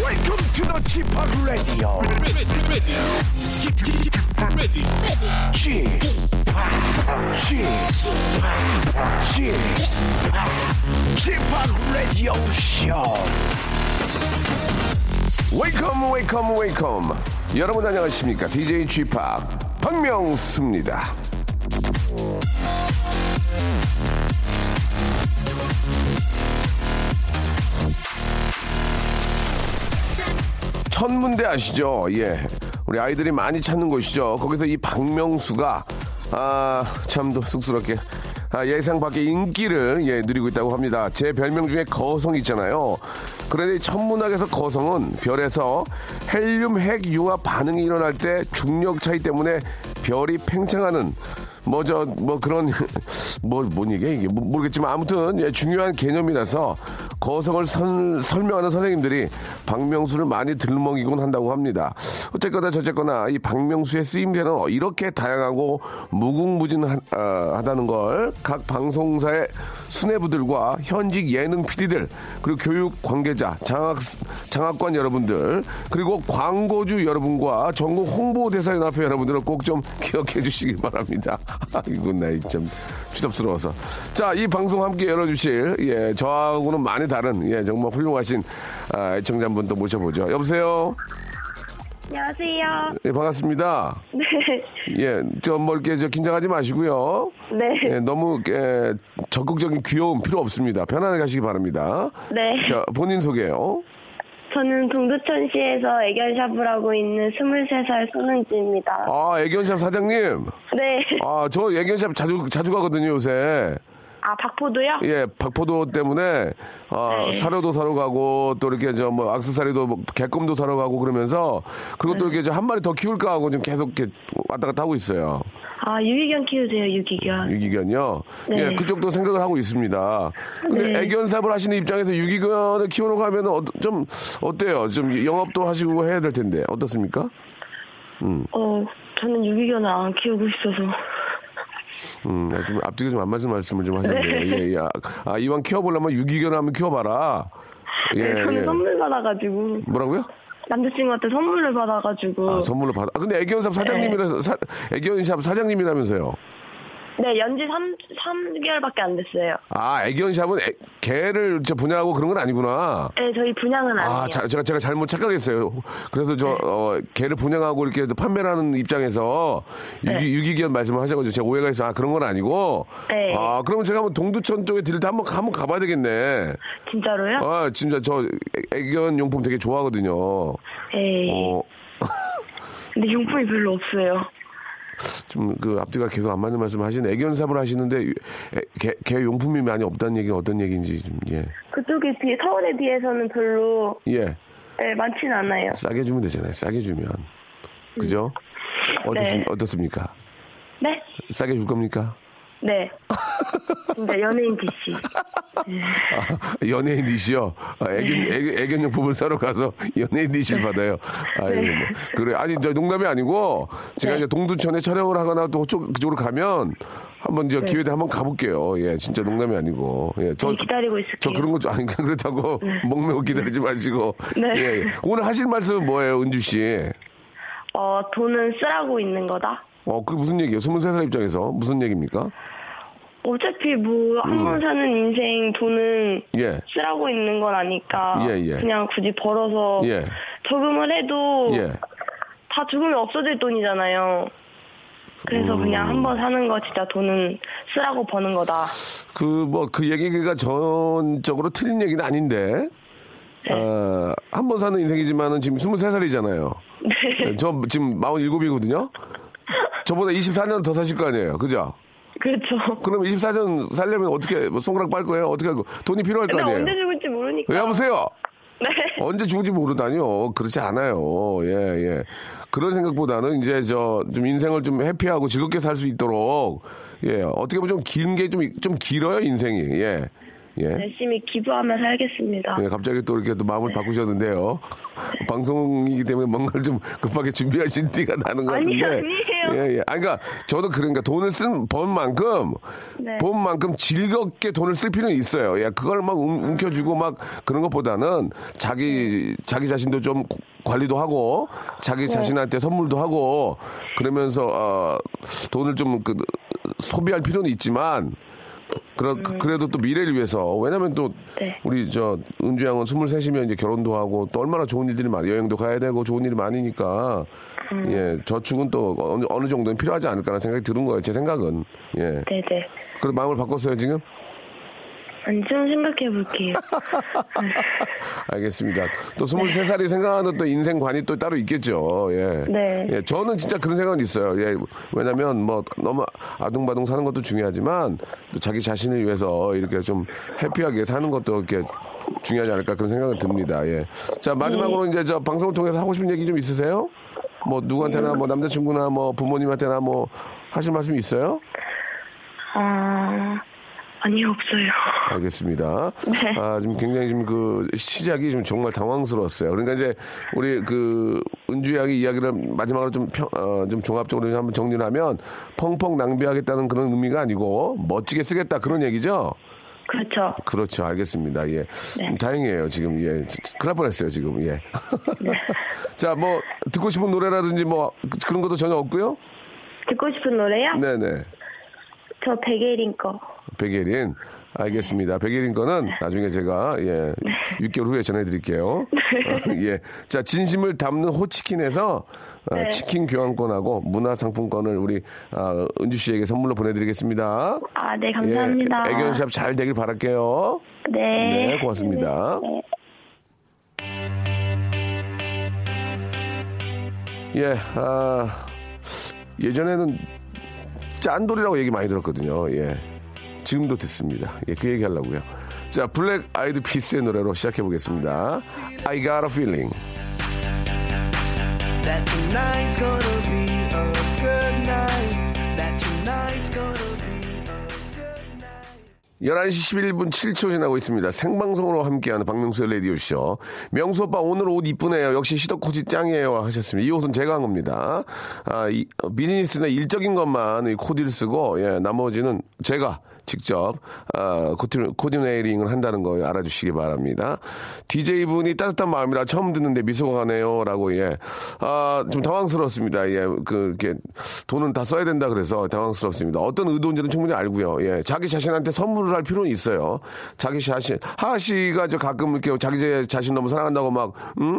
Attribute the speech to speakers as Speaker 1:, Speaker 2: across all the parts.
Speaker 1: Welcome to the Chip Radio. Chip Chip Chip Radio Show.
Speaker 2: 웨이컴 웨이컴 웨이컴 여러분 안녕하십니까 DJ g p 박명수입니다 천문대 아시죠? 예. 우리 아이들이 많이 찾는 곳이죠. 거기서 이 박명수가, 아, 참도 쑥스럽게. 아, 예상 밖의 인기를, 예, 누리고 있다고 합니다. 제 별명 중에 거성이 있잖아요. 그런데 이 천문학에서 거성은 별에서 헬륨 핵 융합 반응이 일어날 때 중력 차이 때문에 별이 팽창하는 뭐 저 뭐 그런 뭐 뭔 얘기야 이게 모- 모르겠지만 아무튼 예, 중요한 개념이라서 거성을 선- 설명하는 선생님들이 박명수를 많이 들먹이곤 한다고 합니다. 어쨌거나 저쨌거나 이 박명수의 쓰임새는 이렇게 다양하고 아, 무궁무진하다는 걸 각 방송사의 수뇌부들과 현직 예능 PD들 그리고 교육 관계자 장학 장학관 여러분들 그리고 광고주 여러분과 전국 홍보대사 연합회 여러분들은 꼭 좀 기억해 주시길 바랍니다. 아이고 나이 참 추잡스러워서 자이 방송 함께 열어주실 예 저하고는 많이 다른 예 정말 훌륭하신 아, 애청자 한 분 또 모셔보죠. 여보세요.
Speaker 3: 안녕하세요.
Speaker 2: 예 반갑습니다.
Speaker 3: 네.
Speaker 2: 예좀뭐 이렇게 저 긴장하지 마시고요.
Speaker 3: 네.
Speaker 2: 예, 너무 예, 적극적인 귀여움 필요 없습니다. 편안하게 하시기 바랍니다.
Speaker 3: 네.
Speaker 2: 자, 본인 소개요.
Speaker 3: 저는 동두천시에서 애견샵을 하고 있는 23살 손은지입니다.
Speaker 2: 아, 애견샵 사장님.
Speaker 3: 네.
Speaker 2: 아, 저 애견샵 자주, 자주 가거든요, 요새.
Speaker 3: 아, 박포도요?
Speaker 2: 예, 박포도 때문에, 아,
Speaker 3: 네.
Speaker 2: 사료도 사러 가고, 또 이렇게 저 뭐, 악세사리도, 뭐 개껌도 사러 가고 그러면서, 그리고
Speaker 3: 네.
Speaker 2: 또 이렇게 저 한 마리 더 키울까 하고 지금 계속 이렇게 왔다 갔다 하고 있어요.
Speaker 3: 아, 유기견 키우세요, 유기견.
Speaker 2: 유기견요.
Speaker 3: 네.
Speaker 2: 예, 그쪽도 생각을 하고 있습니다. 근데
Speaker 3: 네.
Speaker 2: 애견샵을 하시는 입장에서 유기견을 키우러 가면 어, 좀, 어때요? 좀 영업도 하시고 해야 될 텐데, 어떻습니까?
Speaker 3: 어, 저는 유기견을 안 키우고 있어서.
Speaker 2: 음, 아, 좀 앞뒤가 좀 안 맞는 말씀을 좀 하셨네요. 예, 예. 아, 아, 이왕 키워보려면 유기견을 한번 키워봐라. 예,
Speaker 3: 네, 저는
Speaker 2: 예.
Speaker 3: 선물 받아가지고.
Speaker 2: 뭐라고요?
Speaker 3: 남자친구한테 선물을 받아가지고.
Speaker 2: 아, 선물로 받아. 아, 근데 애견샵 사장님이라서, 사, 애견샵 사장님이라면서요.
Speaker 3: 네, 연지 3, 삼개월밖에안 됐어요.
Speaker 2: 아, 애견샵은 애, 개를 저 분양하고 그런 건 아니구나.
Speaker 3: 네, 저희 분양은 아니에요. 네.
Speaker 2: 아, 자- 제가, 제가 잘못 착각했어요. 그래서 저, 어, 개를 분양하고 이렇게 판매를 하는 입장에서 유기, 유기견 말씀을 하셔가지고 제가 오해가 있어. 아, 그런 건 아니고.
Speaker 3: 네.
Speaker 2: 아, 그러면 제가 한번 동두천 쪽에 들릴 때 한번, 한번 가봐야 되겠네.
Speaker 3: 진짜로요?
Speaker 2: 아, 진짜 저 애- 애견 용품 되게 좋아하거든요.
Speaker 3: 에이.
Speaker 2: 어,
Speaker 3: 네. 근데 용품이 별로 없어요.
Speaker 2: 좀 그 앞뒤가 계속 안 맞는 말씀 하시는 애견삽을 하시는데 유- 애- 개, 개 용품이 많이 없다는 얘기는 어떤 얘기인지 좀 예.
Speaker 3: 그쪽에 비해, 서울에 비해서는 별로,
Speaker 2: 예.
Speaker 3: 네, 많진 않아요.
Speaker 2: 싸게 주면 되잖아요. 싸게 주면. 그죠? 어떻습,
Speaker 3: 네.
Speaker 2: 어떻습니까?
Speaker 3: 네?
Speaker 2: 싸게 줄 겁니까?
Speaker 3: 네. 진짜 연예인 DC.
Speaker 2: 아, 연예인 니시요? 아,
Speaker 3: 네.
Speaker 2: 애견, 애견, 애견용품을 사러 가서 연예인 니시를 받아요. 아이고,
Speaker 3: 네.
Speaker 2: 뭐. 그래. 아니, 저 농담이 아니고, 제가 이제 동두천에 촬영을 하거나 또 그쪽, 그쪽으로 가면, 한번 저 기회 때 한번 가볼게요. 예, 진짜 농담이 아니고. 예, 저.
Speaker 3: 네, 기다리고 있을게요.
Speaker 2: 저 그런 거좀 아니, 그렇다고 목매고 기다리지 마시고.
Speaker 3: 네.
Speaker 2: 예. 오늘 하실 말씀은 뭐예요, 은주 씨?
Speaker 3: 어, 돈은 쓰라고 있는 거다.
Speaker 2: 어, 그게 무슨 얘기예요? 23살 입장에서. 무슨 얘기입니까?
Speaker 3: 어차피 뭐 한 번 사는 인생 돈은
Speaker 2: 음. 예.
Speaker 3: 쓰라고 있는 건 아니까
Speaker 2: 예, 예.
Speaker 3: 그냥 굳이 벌어서
Speaker 2: 예.
Speaker 3: 저금을 해도
Speaker 2: 예.
Speaker 3: 다 죽으면 없어질 돈이잖아요. 그래서
Speaker 2: 음.
Speaker 3: 그냥 한 번 사는 거 진짜 돈은 쓰라고 버는 거다.
Speaker 2: 그, 뭐, 그 얘기가 전적으로 틀린 얘기는 아닌데.
Speaker 3: 네.
Speaker 2: 어, 한 번 사는 인생이지만은 지금 23살이잖아요.
Speaker 3: 네,
Speaker 2: 그, 저 지금 47이거든요. 저보다 24년 더 사실 거 아니에요. 그죠?
Speaker 3: 그렇죠.
Speaker 2: 그럼 24전 살려면 어떻게 뭐 손가락 빨 거예요? 어떻게 할거 돈이 필요할 거
Speaker 3: 근데
Speaker 2: 아니에요? 그, 어.
Speaker 3: 언제 죽을지 모르니까.
Speaker 2: 예, 여보세요.
Speaker 3: 네.
Speaker 2: 언제 죽을지 모르다니요. 그렇지 않아요. 예, 예. 그런 생각보다는 이제 저 좀 인생을 좀 해피하고 즐겁게 살 수 있도록 예 어떻게 보면 좀 긴 게 좀 좀 길어요 인생이 예 예.
Speaker 3: 열심히 기부하며 살겠습니다. 네.
Speaker 2: 예, 갑자기 또 이렇게 또 마음을 바꾸셨는데요. 방송이기 때문에 뭔가를 좀 급하게 준비하신 티가 나는 것
Speaker 3: 아니,
Speaker 2: 같은데.
Speaker 3: 아니에요.
Speaker 2: 예, 예. 아, 그러니까 저도 그러니까 돈을 쓴 번만큼,
Speaker 3: 네.
Speaker 2: 번만큼 즐겁게 돈을 쓸 필요는 있어요. 예, 그걸 막 움, 움켜쥐고 막 그런 것보다는 자기, 자기 자신도 좀 고- 관리도 하고,
Speaker 3: 네.
Speaker 2: 자기 자신한테 선물도 하고, 그러면서, 어, 돈을 좀 그, 소비할 필요는 있지만, 그러, 그래도 또 미래를 위해서 왜냐면 또
Speaker 3: 음. 네.
Speaker 2: 우리 저 은주 양은 23이면 이제 결혼도 하고 또 얼마나 좋은 일들이 많아 여행도 가야 되고 좋은 일이 많으니까
Speaker 3: 음.
Speaker 2: 예 저축은 또 어느, 어느 정도는 필요하지 않을까라는 생각이 드는 거예요 제 생각은 예
Speaker 3: 네네.
Speaker 2: 그래 마음을 바꿨어요 지금
Speaker 3: 아니, 좀 생각해 볼게요.
Speaker 2: 알겠습니다 또 23살이 생각하는 또 인생관이 또 따로 있겠죠 예.
Speaker 3: 네.
Speaker 2: 예 저는 진짜 그런 생각은 있어요 예 왜냐면 뭐 너무 아둥바둥 사는 것도 중요하지만 또 자기 자신을 위해서 이렇게 좀 해피하게 사는 것도 이렇게 중요하지 않을까 그런 생각은 듭니다 예자 마지막으로 이제 저 방송을 통해서 하고 싶은 얘기 좀 있으세요 뭐 누구한테나 뭐 남자친구나 뭐 부모님한테나 뭐 하실 말씀 있어요?
Speaker 3: 아, 아니, 없어요.
Speaker 2: 알겠습니다.
Speaker 3: 네.
Speaker 2: 아, 지금 굉장히 지금 그 시작이 좀 정말 당황스러웠어요. 그러니까 이제 우리 그 은주 양이 이야기를 마지막으로 좀, 평, 어, 좀 종합적으로 한번 정리를 하면 펑펑 낭비하겠다는 그런 의미가 아니고 멋지게 쓰겠다 그런 얘기죠?
Speaker 3: 그렇죠.
Speaker 2: 그렇죠. 알겠습니다. 예.
Speaker 3: 네.
Speaker 2: 다행이에요. 지금 예. 지- 지- 큰일 날 뻔했어요. 지금 예.
Speaker 3: 네.
Speaker 2: 자, 뭐 듣고 싶은 노래라든지 뭐 그- 그런 것도 전혀 없고요.
Speaker 3: 듣고 싶은 노래요?
Speaker 2: 네네.
Speaker 3: 저 백예린 거.
Speaker 2: 백예린. 알겠습니다. 백예린 거는 나중에 제가 예
Speaker 3: 네.
Speaker 2: 6개월 후에 전해드릴게요. 예, 자 진심을 담는 호치킨에서 아,
Speaker 3: 네.
Speaker 2: 치킨 교환권하고 문화 상품권을 우리 아, 은주 씨에게 선물로 보내드리겠습니다.
Speaker 3: 아, 네,
Speaker 2: 예,
Speaker 3: 감사합니다.
Speaker 2: 애견샵 잘 되길 바랄게요.
Speaker 3: 네.
Speaker 2: 네, 고맙습니다.
Speaker 3: 네.
Speaker 2: 예, 아, 예전에는 짠돌이라고 얘기 많이 들었거든요. 예. 지금도 듣습니다. 예, 그 얘기 하려고요. 자, 블랙 아이드 피스의 노래로 시작해 보겠습니다. I got a feeling.
Speaker 1: That tonight's gonna be a good night. That tonight's gonna be.
Speaker 2: 11시 11분 7초 지나고 있습니다. 생방송으로 함께하는 박명수의 라디오쇼. 명수 오빠 오늘 옷 이쁘네요. 역시 시더코지 짱이에요. 하셨습니다. 이 옷은 제가 한 겁니다. 아, 이, 어, 비즈니스나 일적인 것만 이 코디를 쓰고, 예, 나머지는 제가 직접 아, 코디, 코디네이링을 한다는 거 알아주시기 바랍니다. DJ분이 따뜻한 마음이라 처음 듣는데 미소가 가네요. 라고, 예. 아, 좀 당황스럽습니다. 예. 그, 이렇게 돈은 다 써야 된다 그래서 당황스럽습니다. 어떤 의도인지는 충분히 알고요. 예. 자기 자신한테 선물을 할 필요는 있어요. 자기 자신, 하하 씨가 저 가끔 이렇게 자기 자- 자신 너무 사랑한다고 막, 음,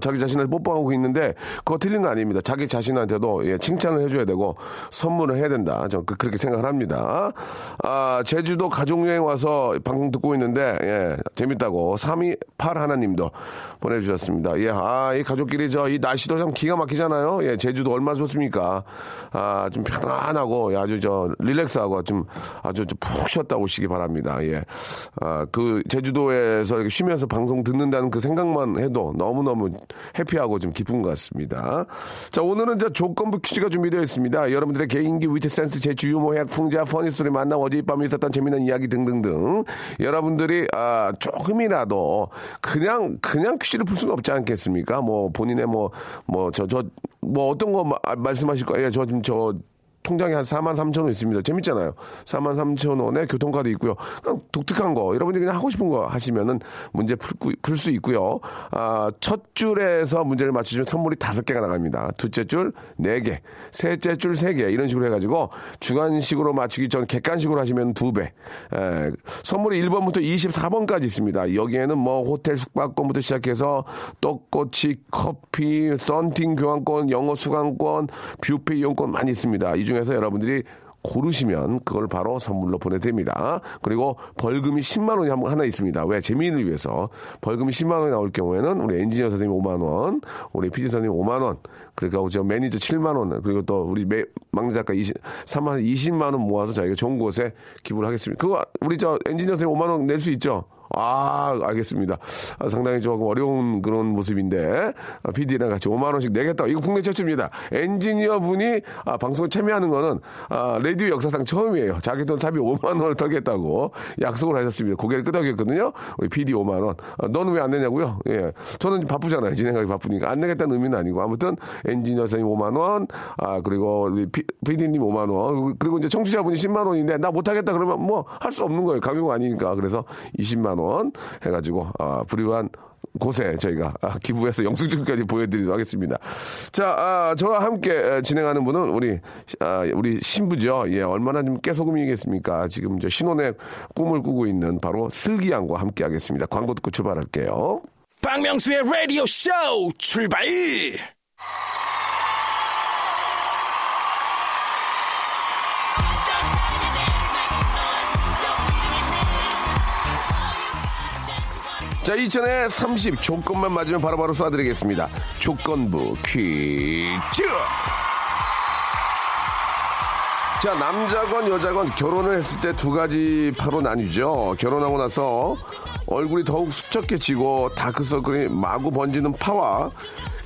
Speaker 2: 자기 자신을 뽀뽀하고 있는데 그거 틀린 거 아닙니다. 자기 자신한테도 예, 칭찬을 해줘야 되고 선물을 해야 된다. 저 그, 그렇게 생각을 합니다. 아, 제주도 가족여행 와서 방송 듣고 있는데, 예, 재밌다고 328 하나님도 보내주셨습니다. 예, 아, 이 가족끼리 저 이 날씨도 참 기가 막히잖아요. 예, 제주도 얼마나 좋습니까? 아, 좀 편안하고 예, 아주 저 릴렉스하고 좀 아주 좀푹 쉬었다 오시기 바랍니다. 예. 아, 그 제주도에서 이렇게 쉬면서 방송 듣는다는 그 생각만 해도 너무너무 해피하고 좀 기쁜 것 같습니다. 자, 오늘은 저 조건부 퀴즈가 준비되어 있습니다. 여러분들의 개인기, 위트, 센스, 재주, 유머, 해학, 풍자, 퍼니스토리, 만남, 어젯밤에 있었던 재미난 이야기 등등등. 여러분들이, 아, 조금이라도 그냥, 그냥 퀴즈를 풀 수는 없지 않겠습니까? 뭐, 본인의 뭐, 뭐, 저, 저, 뭐, 어떤 거 마- 아, 말씀하실 거예요? 저, 지금 저, 통장에 한 4만 3천 원 있습니다. 재밌잖아요. 4만 3천 원에 교통카드 있고요. 그냥 독특한 거 여러분들이 그냥 하고 싶은 거 하시면은 문제 풀 수 있고요. 아, 첫 줄에서 문제를 맞추시면 선물이 다섯 개가 나갑니다. 둘째 줄 네 개, 셋째 줄 세 개 이런 식으로 해가지고 주간식으로 맞추기 전 객관식으로 하시면 두 배. 에, 선물이 1번부터 24번까지 있습니다. 여기에는 뭐 호텔 숙박권부터 시작해서 떡꼬치, 커피, 썬팅 교환권, 영어 수강권, 뷰페 이용권 많이 있습니다. 이 중에서 여러분들이 고르시면 그걸 바로 선물로 보내드립니다. 그리고 벌금이 10만 원이 한- 하나 있습니다. 왜? 재미를 위해서. 벌금이 10만 원이 나올 경우에는 우리 엔지니어 선생님 5만 원, 우리 PD 선생님 5만 원, 그러니까 저 매니저 7만 원, 그리고 또 우리 매, 막내 작가 20, 3만 원, 20만 원 모아서 저희가 좋은 곳에 기부를 하겠습니다. 그거 우리 저 엔지니어 선생님 5만 원 낼 수 있죠? 아, 알겠습니다. 아, 상당히 조금 어려운 그런 모습인데, 아, PD랑 같이 5만원씩 내겠다. 이거 국내 최초입니다. 엔지니어 분이 아, 방송에 참여하는 거는, 아, 라디오 역사상 처음이에요. 자기 돈 삽입 5만원을 털겠다고 약속을 하셨습니다. 고개를 끄덕였거든요. 우리 PD 5만원. 아, 너는 왜 안 내냐고요? 예. 저는 바쁘잖아요. 진행하기 바쁘니까. 안 내겠다는 의미는 아니고. 아무튼, 엔지니어 선생님 5만원, 아, 그리고 우리 피- PD님 5만원, 그리고 이제 청취자분이 10만원인데, 나 못하겠다 그러면 뭐 할 수 없는 거예요. 강요가 아니니까. 그래서 20만원 해가지고, 아, 불효한 곳에 저희가 아, 기부해서 영수증까지 보여드리도록 하겠습니다. 자, 아, 저와 함께 에, 진행하는 분은 우리 아, 우리 신부죠. 예, 얼마나 좀 깨소금이겠습니까? 지금 저 신혼의 꿈을 꾸고 있는 바로 슬기양과 함께하겠습니다. 광고 듣고 출발할게요.
Speaker 4: 박명수의 라디오 쇼 출발!
Speaker 2: 자, 2000에 30 조건만 맞으면 바로바로 쏴드리겠습니다. 조건부 퀴즈! 자, 남자건 여자건 결혼을 했을 때 두 가지 파로 나뉘죠. 결혼하고 나서 얼굴이 더욱 수척해지고 다크서클이 마구 번지는 파와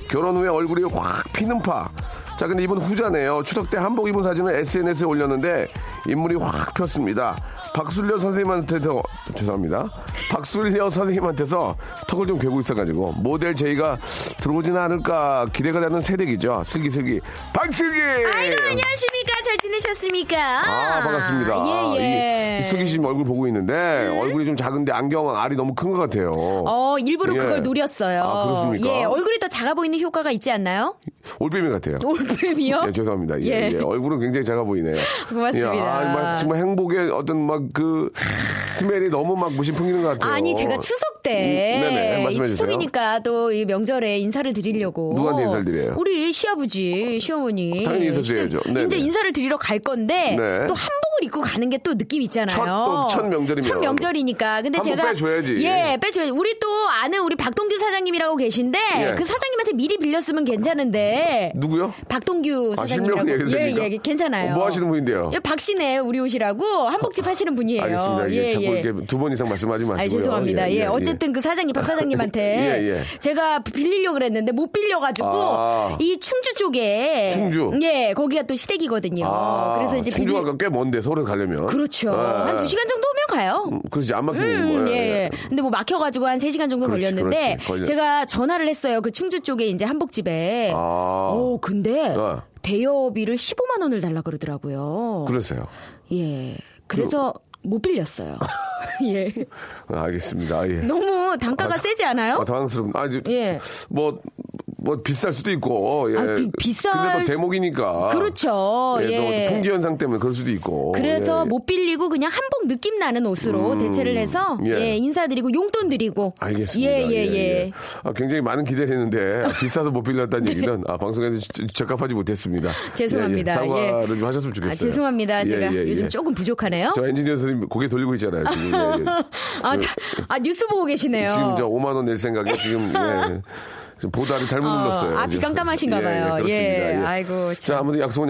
Speaker 2: 결혼 후에 얼굴이 확 피는 파. 자, 근데 이분 후자네요. 추석 때 한복 입은 사진을 SNS에 올렸는데 인물이 확 폈습니다. 박술려 선생님한테 더 죄송합니다. 박술려 선생님한테서 턱을 좀 괴고 있어가지고 모델 제의가 들어오지는 않을까 기대가 되는 새댁이죠. 슬기슬기 박슬기.
Speaker 5: 안녕하십니까? 잘 지내셨습니까?
Speaker 2: 아, 반갑습니다.
Speaker 5: 예, 예.
Speaker 2: 이, 슬기 씨 얼굴 보고 있는데 얼굴이 좀 작은데 안경은 알이 너무 큰 것 같아요.
Speaker 5: 어, 일부러
Speaker 2: 예.
Speaker 5: 그걸 노렸어요.
Speaker 2: 아, 그렇습니까?
Speaker 5: 예, 얼굴이 더 작아 보이는 효과가 있지 않나요?
Speaker 2: 올빼미 같아요.
Speaker 5: 올빼미요?
Speaker 2: 예, 죄송합니다. 예,
Speaker 5: 예.
Speaker 2: 예, 얼굴은 굉장히 작아 보이네요.
Speaker 5: 고맙습니다.
Speaker 2: 예, 아, 막 정말 행복의 어떤 막 그 스멜이 너무 막 무심 풍기는 것 같아요.
Speaker 5: 아니, 제가 추석 때,
Speaker 2: 음, 네네, 말씀해
Speaker 5: 이
Speaker 2: 주세요.
Speaker 5: 추석이니까 또 이 명절에 인사를 드리려고.
Speaker 2: 누구한테 인사를 드려요?
Speaker 5: 우리 시아버지, 시어머니.
Speaker 2: 당연히 인사 드려야죠.
Speaker 5: 시댁-
Speaker 2: 네네.
Speaker 5: 이제 인사를 드리러 갈 건데,
Speaker 2: 네.
Speaker 5: 또 한복을 입고 가는 게 또 느낌 있잖아요.
Speaker 2: 첫 또, 첫 명절이면.
Speaker 5: 첫 명절이니까. 근데
Speaker 2: 한복
Speaker 5: 제가.
Speaker 2: 빼줘야지.
Speaker 5: 예, 빼줘야지. 우리 또 아는 우리 박동규 사장님이라고 계신데,
Speaker 2: 예.
Speaker 5: 그 사장님한테 미리 빌렸으면 괜찮은데.
Speaker 2: 누구요?
Speaker 5: 박동규
Speaker 2: 아,
Speaker 5: 사장님이라고
Speaker 2: 실명
Speaker 5: 예,
Speaker 2: 얘기됩니까?
Speaker 5: 예, 괜찮아요.
Speaker 2: 뭐 하시는 분인데요?
Speaker 5: 예, 박씨네 우리 옷이라고 한복집 하시는 분이에요.
Speaker 2: 알겠습니다. 예, 자꾸 이렇게 두 번 이상 말씀하지 마시고요.
Speaker 5: 아, 죄송합니다. 예, 어쨌든 그 사장님, 박 사장님한테
Speaker 2: 아, 예, 예.
Speaker 5: 제가 빌리려고 그랬는데 못 빌려가지고
Speaker 2: 아.
Speaker 5: 이 충주 쪽에
Speaker 2: 충주?
Speaker 5: 예, 거기가 또 시댁이거든요.
Speaker 2: 아,
Speaker 5: 어, 그래서 이제 빌리
Speaker 2: 충주가 꽤 먼데 서울에 가려면.
Speaker 5: 그렇죠.
Speaker 2: 아,
Speaker 5: 한 두 시간 정도 오면 가요.
Speaker 2: 음, 그렇지 안 막히는
Speaker 5: 음,
Speaker 2: 거예요.
Speaker 5: 예, 예. 근데 뭐 막혀가지고 한 3시간 정도
Speaker 2: 그렇지,
Speaker 5: 걸렸는데,
Speaker 2: 그렇지. 걸려.
Speaker 5: 제가 전화를 했어요. 그 충주 쪽에 이제 한복집에.
Speaker 2: 아.
Speaker 5: 오, 근데,
Speaker 2: 어.
Speaker 5: 대여비를 15만원을 달라 그러더라고요.
Speaker 2: 그러세요.
Speaker 5: 예. 그래서 못 빌렸어요. 예.
Speaker 2: 아, 알겠습니다. 아, 예.
Speaker 5: 너무 단가가 세지 않아요?
Speaker 2: 아, 당황스럽다. 아, 이제
Speaker 5: 어? 예.
Speaker 2: 뭐, 뭐, 비쌀 수도 있고, 예.
Speaker 5: 아, 비- 비쌀-
Speaker 2: 근데 또 대목이니까.
Speaker 5: 그렇죠.
Speaker 2: 예.
Speaker 5: 예.
Speaker 2: 또 풍지 현상 때문에 그럴 수도 있고.
Speaker 5: 그래서 뭐-
Speaker 2: 예.
Speaker 5: 못 빌리고 그냥 한복 느낌 나는 옷으로 대체를 해서
Speaker 2: 예.
Speaker 5: 예. 인사드리고 용돈 드리고
Speaker 2: 알겠습니다.
Speaker 5: 예, 예, 예.
Speaker 2: 아, 굉장히 많은 기대를 했는데, 아, 비싸서 못 빌렸다는 얘기는, 아, 방송에서 지- 적합하지 못했습니다.
Speaker 5: 네. 죄송합니다.
Speaker 2: 예, 예. 사과를
Speaker 5: 예.
Speaker 2: 좀 하셨으면 좋겠어요.
Speaker 5: 아, 죄송합니다.
Speaker 2: 예,
Speaker 5: 제가
Speaker 2: 예, 예.
Speaker 5: 요즘 조금 부족하네요.
Speaker 2: 저 엔지니어 선생님 고개 돌리고 있잖아요. 지금, 예, 예.
Speaker 5: 아, 다- 아, 뉴스 보고 계시네요.
Speaker 2: 지금 저 5만 원 낼 생각에 지금 예. 지금 보다를 잘못
Speaker 5: 어,
Speaker 2: 눌렀어요.
Speaker 5: 아, 비깜깜하신가 봐요.
Speaker 2: 예, 예, 그렇습니다.
Speaker 5: 예, 아이고, 참.
Speaker 2: 자, 아무튼 약속은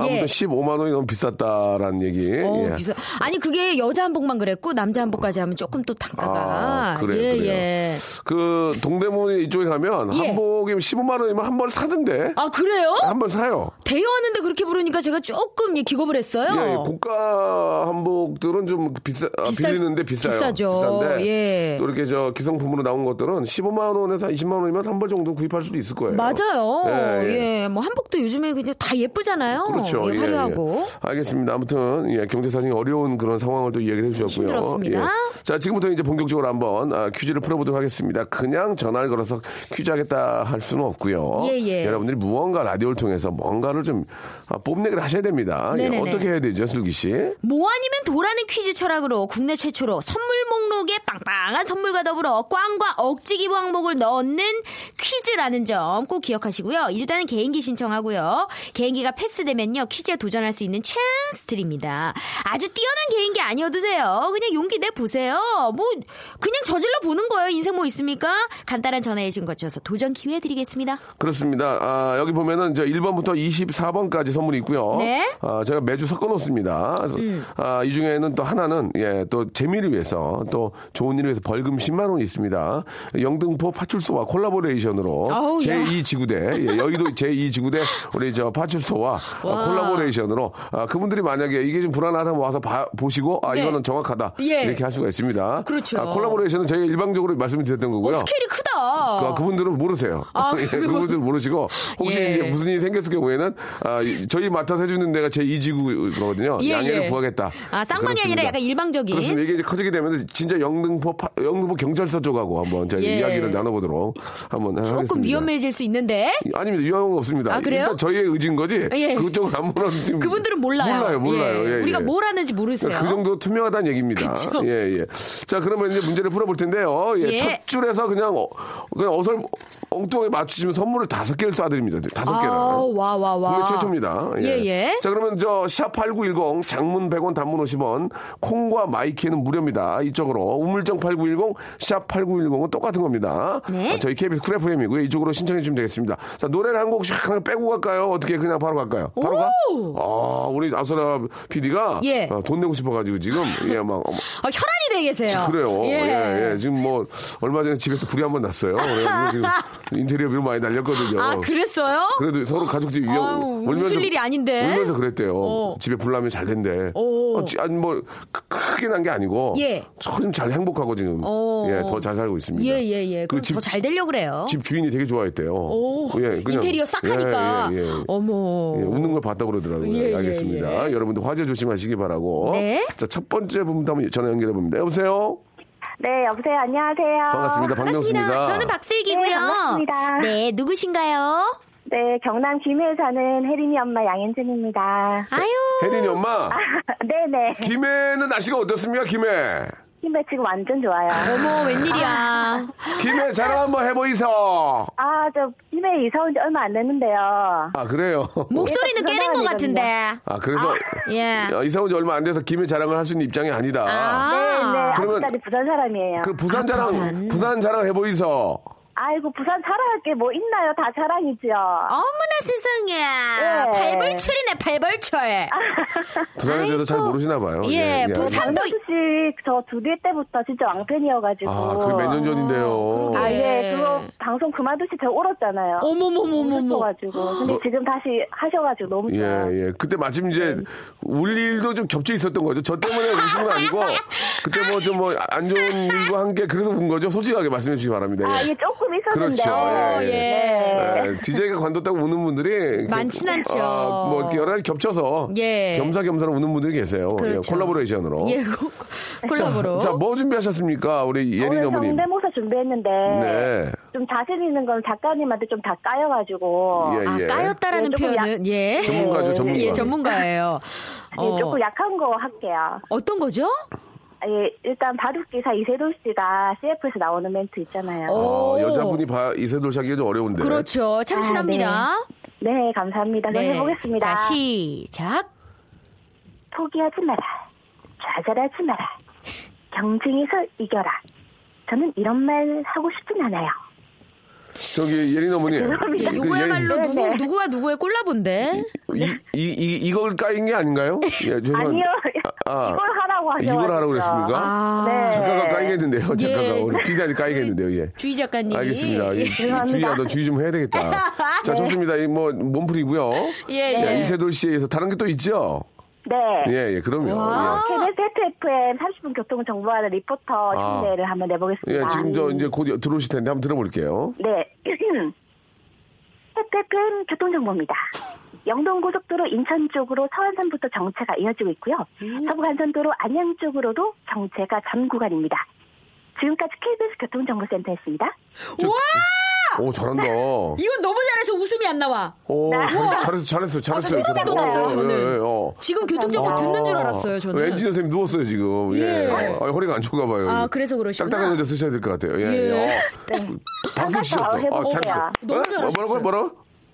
Speaker 5: 예.
Speaker 2: 아무튼 15만 원이 너무 비쌌다라는 얘기.
Speaker 5: 어,
Speaker 2: 예.
Speaker 5: 비싸. 아니 그게 여자 한복만 그랬고 남자 한복까지 하면 조금 또 단가가
Speaker 2: 아, 그래요,
Speaker 5: 예,
Speaker 2: 그래요.
Speaker 5: 예.
Speaker 2: 그 동대문 이쪽에 가면
Speaker 5: 예.
Speaker 2: 한복이 15만 원이면 한 번 사던데.
Speaker 5: 아 그래요?
Speaker 2: 한 번 사요.
Speaker 5: 대여하는데 그렇게 부르니까 제가 조금 예, 기겁을 했어요.
Speaker 2: 예, 예, 고가 한복들은 좀 비싸 아,
Speaker 5: 비쌀 수-
Speaker 2: 빌리는데 비싸요.
Speaker 5: 비싸죠.
Speaker 2: 비싼데
Speaker 5: 예.
Speaker 2: 또 이렇게 저 기성품으로 나온 것들은 15만 원에서 한 20만 원이면 한 벌 정도 구입할 수도 있을 거예요.
Speaker 5: 맞아요.
Speaker 2: 예, 예.
Speaker 5: 예. 뭐 한복도 요즘에 그냥 다 예쁘잖아요.
Speaker 2: 그렇죠.
Speaker 5: 예,
Speaker 2: 예,
Speaker 5: 화려하고. 네.
Speaker 2: 예. 알겠습니다. 아무튼 예, 경제사정이 어려운 그런 상황을 또 이야기를 해주셨고요.
Speaker 5: 힘들었습니다.
Speaker 2: 예. 자 지금부터 이제 본격적으로 한번 아, 퀴즈를 풀어보도록 하겠습니다. 그냥 전화를 걸어서 퀴즈하겠다 할 수는 없고요.
Speaker 5: 예, 예.
Speaker 2: 여러분들이 무언가 라디오를 통해서 뭔가를 좀 아, 뽐내기를 하셔야 됩니다. 예,
Speaker 5: 네네네.
Speaker 2: 어떻게 해야 되죠, 슬기 씨?
Speaker 5: 뭐 아니면 도라는 퀴즈 철학으로 국내 최초로 선물 목록에 빵빵한 선물과 더불어 꽝과 억지 기부 항목을 넣는 퀴즈라는 점 꼭 기억하시고요. 일단은 개인기 신청하고요. 개인기가 패스되면요. 퀴즈에 도전할 수 있는 찬스 드립니다. 아주 뛰어난 개인기 아니어도 돼요. 그냥 용기 내보세요. 뭐 그냥 저질러 보는 거예요. 인생 뭐 있습니까? 간단한 전화에 신 거쳐서 도전 기회 드리겠습니다.
Speaker 2: 어. 그렇습니다. 아, 여기 보면은 저 1번부터 24번까지 선물이 있고요.
Speaker 5: 네. 음.
Speaker 2: 아, 제가 매주 섞어 놓습니다. 그래서, 아, 이 중에는 또 하나는 예, 또 재미를 위해서 또 좋은 일을 위해서 벌금 10만 원이 있습니다. 영등포 파출소와 콜라보레이션으로
Speaker 5: 아우, 야.
Speaker 2: 제2 지구대 예, 여의도 제2 지구대 우리 저 파출소와
Speaker 5: 와.
Speaker 2: 아, 콜라보레이션으로 아, 그분들이 만약에 이게 좀 불안하다면 뭐 와서 봐- 보시고 아
Speaker 5: 네.
Speaker 2: 이거는 정확하다
Speaker 5: 예.
Speaker 2: 이렇게 할 수가 있습니다.
Speaker 5: 그렇죠. 어,
Speaker 2: 아, 콜라보레이션은 저희가 일방적으로 말씀드렸던 거고요.
Speaker 5: 스케일이 크다.
Speaker 2: 그, 분들은 모르세요.
Speaker 5: 어. 아,
Speaker 2: 예,
Speaker 5: 그래요?
Speaker 2: 그분들은 모르시고 혹시
Speaker 5: 예.
Speaker 2: 이제 무슨 일이 생겼을 경우에는 아, 이- 저희 맡아서 해주는 데가 제 2지구거든요.
Speaker 5: 예,
Speaker 2: 양해를
Speaker 5: 예.
Speaker 2: 구하겠다.
Speaker 5: 아, 쌍방이 아니라
Speaker 2: 그렇습니다.
Speaker 5: 약간 일방적인.
Speaker 2: 그렇습니다. 이게 이제 커지게 되면 진짜 영등포 파- 영등포 경찰서 쪽하고 한번 저희
Speaker 5: 예.
Speaker 2: 이야기를 나눠보도록 한번 하겠습니다.
Speaker 5: 조금 위험해질 수 있는데.
Speaker 2: 아닙니다. 위험한 거 없습니다.
Speaker 5: 아, 그래요?
Speaker 2: 일단 저희의 의지인 거지.
Speaker 5: 예.
Speaker 2: 그쪽은 아무런 지금
Speaker 5: 그분들은 몰라요.
Speaker 2: 음. 몰라요, 몰라요.
Speaker 5: 예.
Speaker 2: 예,
Speaker 5: 우리가
Speaker 2: 예.
Speaker 5: 뭘 하는지 모르세요.
Speaker 2: 그러니까 그 정도 투명하다는 얘기입니다.
Speaker 5: 그쵸?
Speaker 2: 예, 예. 자, 그러면 이제 문제를 풀어볼 텐데요. 예,
Speaker 5: 예.
Speaker 2: 첫 줄에서 그냥, 어, 그냥 어설, 엉뚱하게 맞추시면 선물을 다섯 개를 쏴드립니다. 다섯 개를.
Speaker 5: 아우, 와, 와, 와.
Speaker 2: 국내 최초입니다.
Speaker 5: 예, 예.
Speaker 2: 자, 그러면 저, 샵8910, 장문 100원, 단문 50원, 콩과 마이키는 무료입니다. 이쪽으로, 우물정 8910, 샵8910은 똑같은 겁니다.
Speaker 5: 네.
Speaker 2: 아, 저희 KBS 크래프엠이고요 이쪽으로 신청해주시면 되겠습니다. 자, 노래를 한 곡씩 하나 빼고 갈까요? 어떻게 그냥 바로 갈까요? 바로 가? 아, 우리 아서라 PD가
Speaker 5: 예.
Speaker 2: 돈 내고 싶어가지고 지금, 예, 막, 어머,
Speaker 5: 아, 혈안이 되게 계세요.
Speaker 2: 그래요. 예. 예, 지금 뭐, 얼마 전에 집에 또 불이 한 번 났어요. 그래가지고 지금 인테리어 비로 많이 날렸거든요.
Speaker 5: 아, 그랬어요?
Speaker 2: 그래도 서로 가족들이 위험
Speaker 5: 아유, 웃을 일이 아닌데.
Speaker 2: 울면서 그랬대요.
Speaker 5: 어.
Speaker 2: 집에 불나면 잘 된대.
Speaker 5: 오.
Speaker 2: 어, 지- 아니 뭐 크- 크게 난 게 아니고
Speaker 5: 예.
Speaker 2: 조금 잘 행복하고 지금
Speaker 5: 어.
Speaker 2: 예, 더 잘 살고 있습니다.
Speaker 5: 예, 예, 예. 그럼
Speaker 2: 그 집-
Speaker 5: 더잘 되려고 그래요.
Speaker 2: 집 주인이 되게 좋아했대요.
Speaker 5: 오, 인테리어 싹 하니까.
Speaker 2: 예, 예, 예.
Speaker 5: 어머.
Speaker 2: 예, 웃는 걸 봤다 고 그러더라고요.
Speaker 5: 예, 예,
Speaker 2: 알겠습니다. 여러분들 화재 조심하시기 바라고.
Speaker 5: 네.
Speaker 2: 자, 첫 번째 분부터 한번 전화 연결해 봅니다. 여보세요?
Speaker 6: 네, 여보세요. 안녕하세요.
Speaker 2: 반갑습니다. 박명수입니다.
Speaker 5: 아, 저는 박슬기고요.
Speaker 6: 네, 반갑습니다.
Speaker 5: 네, 누구신가요?
Speaker 6: 네, 경남 김해에 사는 혜린이 엄마 양현진입니다.
Speaker 2: 네.
Speaker 5: 아유.
Speaker 2: 혜린이 엄마,
Speaker 6: 네네.
Speaker 2: 김해는 날씨가 어떻습니까, 김해?
Speaker 6: 힘에 지금 완전 좋아요.
Speaker 5: 어머,
Speaker 2: 아.
Speaker 5: 웬일이야.
Speaker 2: 김해 자랑 한번 해보이소!
Speaker 6: 아, 저 김해 이사 온 지 얼마 안 됐는데요.
Speaker 2: 아, 그래요?
Speaker 5: 목소리는
Speaker 6: 네,
Speaker 5: 깨는 것 같은데.
Speaker 2: 아, 그래서
Speaker 5: 뭐? 예.
Speaker 2: 야, 이사 온 지 얼마 안 돼서 김해 자랑을 할 수 있는 입장이 아니다.
Speaker 6: 네,
Speaker 5: 아.
Speaker 2: 그러면-
Speaker 6: 아직까지 부산 사람이에요.
Speaker 2: 그 부산 자랑,
Speaker 5: 부산.
Speaker 2: 부산. 자랑 해보이소!
Speaker 6: 아이고, 부산 자랑할 게 뭐 있나요? 다 자랑이지요.
Speaker 5: 어머나 세상에.
Speaker 6: 예.
Speaker 5: 발벌출이네, 발벌출.
Speaker 2: 부산에 대해서 잘 모르시나 봐요.
Speaker 5: 예, 부산-
Speaker 6: 박명수 씨저 두디 때부터 진짜 왕팬이어가지고.
Speaker 2: 아, 그게 몇 년 전인데요.
Speaker 6: 아,
Speaker 5: 예.
Speaker 6: 예, 그거 방송 그만두시 제가 울었잖아요.
Speaker 5: 어머머머머머. 아.
Speaker 6: 울었어가지고. 근데 지금 다시 하셔가지고 너무
Speaker 2: 예,
Speaker 6: 좋아요.
Speaker 2: 예. 그때 마침 이제 울 일도 좀 겹쳐 있었던 거죠. 저 때문에 우신 건 아니고 그때 뭐 좀 뭐 안 좋은 일도 한 게 그래서 운 거죠. 솔직하게 말씀해 주시기 바랍니다.
Speaker 6: 아,
Speaker 2: 예.
Speaker 6: 예, 조금 있었는데. 네.
Speaker 2: 그렇죠.
Speaker 5: 어,
Speaker 2: 예,
Speaker 5: 예.
Speaker 2: 예, DJ가 관뒀다고 우는 분들이
Speaker 5: 많진 않죠.
Speaker 2: 아, 뭐 이렇게 여러 가지 겹쳐서
Speaker 5: 예.
Speaker 2: 겸사겸사로 우는 분들이 계세요.
Speaker 5: 그렇죠.
Speaker 2: 예, 콜라보레이션으로.
Speaker 5: 예, 고- 콜라보로.
Speaker 2: 자, 뭐 준비하셨습니까? 우리 예린
Speaker 6: 오늘
Speaker 2: 어머님.
Speaker 6: 성대모사 준비했는데
Speaker 2: 네.
Speaker 6: 좀 자신 있는 건 작가님한테 좀 다 까여가지고
Speaker 2: 예,
Speaker 5: 아,
Speaker 2: 예.
Speaker 5: 까였다라는
Speaker 6: 예, 조금 약-
Speaker 5: 표현은 예.
Speaker 2: 전문가죠, 전문가.
Speaker 5: 예, 전문가예요. 어,
Speaker 6: 예, 조금 약한 거 할게요.
Speaker 5: 어떤 거죠?
Speaker 6: 예, 일단 바둑기사 이세돌 씨가 CF에서 나오는 멘트 있잖아요.
Speaker 2: 아,
Speaker 5: 오.
Speaker 2: 여자분이 봐, 이세돌 샤기가 좀 어려운데.
Speaker 5: 그렇죠. 참신합니다.
Speaker 6: 네, 감사합니다. 그럼 해보겠습니다.
Speaker 5: 자, 시작.
Speaker 6: 포기하지 마라. 좌절하지 마라. 경쟁에서 이겨라. 저는 이런 말 하고 싶진 않아요.
Speaker 2: 저기 예린 어머님.
Speaker 5: 예,
Speaker 2: 그 네.
Speaker 5: 요거야말로
Speaker 6: 예.
Speaker 5: 누구, 누구와 누구의 콜라본데?
Speaker 2: 예, 이, 이, 이, 이걸 까인 게 아닌가요? 예, 죄송합니다.
Speaker 6: 아니요.
Speaker 2: 아,
Speaker 6: 이걸 하라고 하죠. 그렇죠.
Speaker 2: 이걸 하라고 그랬습니까?
Speaker 5: 아.
Speaker 6: 네.
Speaker 2: 작가가 까이겠는데요, 작가가.
Speaker 5: 예.
Speaker 2: 우리 피디한테 까이겠는데요, 예.
Speaker 5: 주희 작가님이.
Speaker 2: 알겠습니다. 예,
Speaker 6: 죄송합니다.
Speaker 2: 주희야, 너 주의 좀 해야 되겠다.
Speaker 7: 네.
Speaker 2: 자, 좋습니다. 이 뭐, 몸풀이고요.
Speaker 5: 예,
Speaker 2: 예,
Speaker 5: 예.
Speaker 2: 이세돌 씨에 의해서 다른 게 또 있죠?
Speaker 6: 네.
Speaker 2: 예, 예, 그럼요.
Speaker 5: 와.
Speaker 6: KBS FFM 30분 교통 정보하는 리포터
Speaker 2: 아.
Speaker 6: 흉내를 한번
Speaker 2: 예.
Speaker 6: 내보겠습니다.
Speaker 2: 예, 지금 저 이제 곧 들어오실 텐데 한번 들어볼게요.
Speaker 6: 네. FFM 교통 정보입니다. 영동고속도로 인천 쪽으로 서안선부터 정체가 이어지고 있고요. 서부간선도로 안양 쪽으로도 정체가 전 구간입니다. 지금까지 KBS 교통정보센터였습니다.
Speaker 2: 저-
Speaker 5: 와!
Speaker 2: 오, 잘한다.
Speaker 7: 이건 너무 잘해서 웃음이 안 나와.
Speaker 2: 오, 잘, 잘했어, 잘했어, 잘했어요.
Speaker 7: 소름
Speaker 2: 잘했어요.
Speaker 7: 돋았어요,
Speaker 2: 어,
Speaker 7: 저는.
Speaker 2: 예, 예, 어.
Speaker 7: 지금 교통정보 듣는 줄 알았어요, 저는.
Speaker 2: 엔지니어 선생님 누웠어요, 지금. 예.
Speaker 7: 예.
Speaker 2: 아, 허리가 안 좋은가 봐요.
Speaker 7: 아, 그래서 그러시구나.
Speaker 2: 딱딱한 의자 쓰셔야 될 것 같아요. 예.
Speaker 7: 예.
Speaker 2: 예. 어. 방송
Speaker 6: 바꿔서
Speaker 2: 쉬셨어.
Speaker 6: 네. 해볼게요.
Speaker 2: 아,
Speaker 7: 너무
Speaker 2: 잘
Speaker 7: 잘하셨어요.
Speaker 2: 뭐라고, 뭐라고?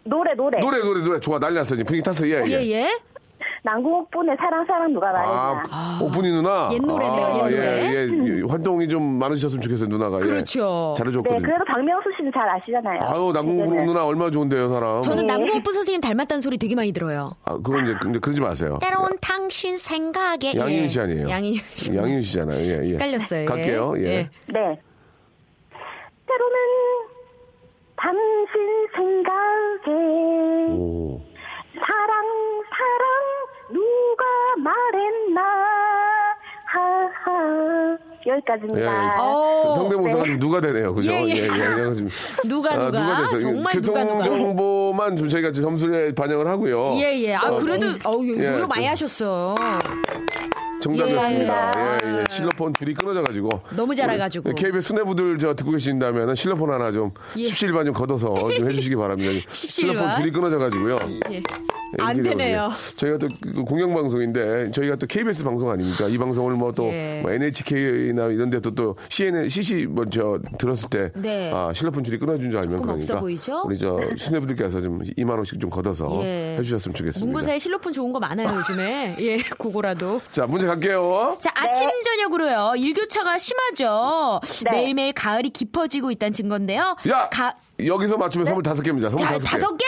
Speaker 6: 노래 노래
Speaker 2: 노래, 노래, 노래. 좋아, 난리 났어. 지금 분위기 탔어. 예, 예.
Speaker 7: 네. 예, 예.
Speaker 6: 난궁옥분의 사랑 사랑 누가 말했나
Speaker 2: 아, 오픈이 누나?
Speaker 7: 옛 노래네요,
Speaker 2: 아,
Speaker 7: 옛
Speaker 2: 예,
Speaker 7: 노래.
Speaker 2: 예. 활동이 좀 많으셨으면 좋겠어요, 누나가. 예.
Speaker 7: 그렇죠.
Speaker 6: 네
Speaker 2: 잘해줬거든요.
Speaker 6: 그래도 박명수 씨는 잘 아시잖아요
Speaker 2: 아유, 남궁구
Speaker 6: 네.
Speaker 2: 누나 얼마나 좋은데요, 사람.
Speaker 5: 저는 남궁오빠 선생님 닮았다는 소리 되게 많이 들어요.
Speaker 2: 아, 그건 이제, 근데 그러지 마세요.
Speaker 5: 때로운 당신 생각에
Speaker 2: 양희은
Speaker 5: 예.
Speaker 2: 씨 아니에요?
Speaker 5: 양희은 씨
Speaker 2: 양윤 씨잖아요. 예, 예.
Speaker 5: 헷갈렸어요. 예.
Speaker 2: 갈게요. 예.
Speaker 6: 네 때로는 당신 생각에
Speaker 2: 오.
Speaker 6: 사랑 사랑 누가 말했나 하하
Speaker 2: 예,
Speaker 6: 여기까지입니다
Speaker 2: 예.
Speaker 7: 어.
Speaker 2: 성대모사가 좀 누가 되네요. 그죠?
Speaker 7: 예, 예.
Speaker 2: 이거 좀-
Speaker 7: 누가
Speaker 2: 아,
Speaker 7: 누가,
Speaker 2: 돼서
Speaker 7: 정말 누가 누가.
Speaker 2: 교통정보만 좀 저희가 지금 점수에 반영을 하고요.
Speaker 7: 예, 예. 아,
Speaker 2: 어,
Speaker 7: 그래도, 어우,
Speaker 2: 예,
Speaker 7: 노력 많이
Speaker 2: 저-
Speaker 7: 하셨어.
Speaker 2: 정답이었습니다.
Speaker 7: 예.
Speaker 2: 예, 예. 실로폰 줄이 끊어져가지고.
Speaker 7: 너무 잘해가지고.
Speaker 2: 우리 KBS 수뇌부들 저 듣고 계신다면 실로폰 하나 좀
Speaker 7: 예.
Speaker 2: 17반 좀 걷어서 좀 해주시기 바랍니다. 실로폰
Speaker 7: 17반?
Speaker 2: 줄이 끊어져가지고요. 예.
Speaker 7: 안
Speaker 2: 이렇게
Speaker 7: 되네요.
Speaker 2: 되거든요. 저희가 또그 공영방송인데 저희가 또 KBS 방송 아닙니까? 이 방송을 뭐 또
Speaker 7: 예.
Speaker 2: NHK나 이런 데도 또 CNN, CC 뭐 먼저 들었을 때
Speaker 7: 네.
Speaker 2: 아, 실로폰 줄이 끊어진 줄 알면
Speaker 7: 조금 없어
Speaker 2: 그러니까
Speaker 7: 보이죠?
Speaker 2: 우리 저 수뇌부들께서 좀 2만 원씩 좀 걷어서
Speaker 7: 예.
Speaker 2: 해주셨으면 좋겠습니다.
Speaker 5: 문구사에
Speaker 7: 문구사에 실로폰 좋은 거 많아요, 요즘에. 예, 그거라도.
Speaker 2: 자, 문제 갈게요.
Speaker 5: 자, 아침 저녁으로요. 일교차가 심하죠.
Speaker 6: 네.
Speaker 5: 매일매일 가을이 깊어지고 있다는 증거인데요.
Speaker 2: 야 어,
Speaker 5: 가... 네?
Speaker 2: 여기서 맞추면 선물 다섯 개입니다. 선물
Speaker 5: 자,
Speaker 2: 다섯 개.
Speaker 5: 다섯 개!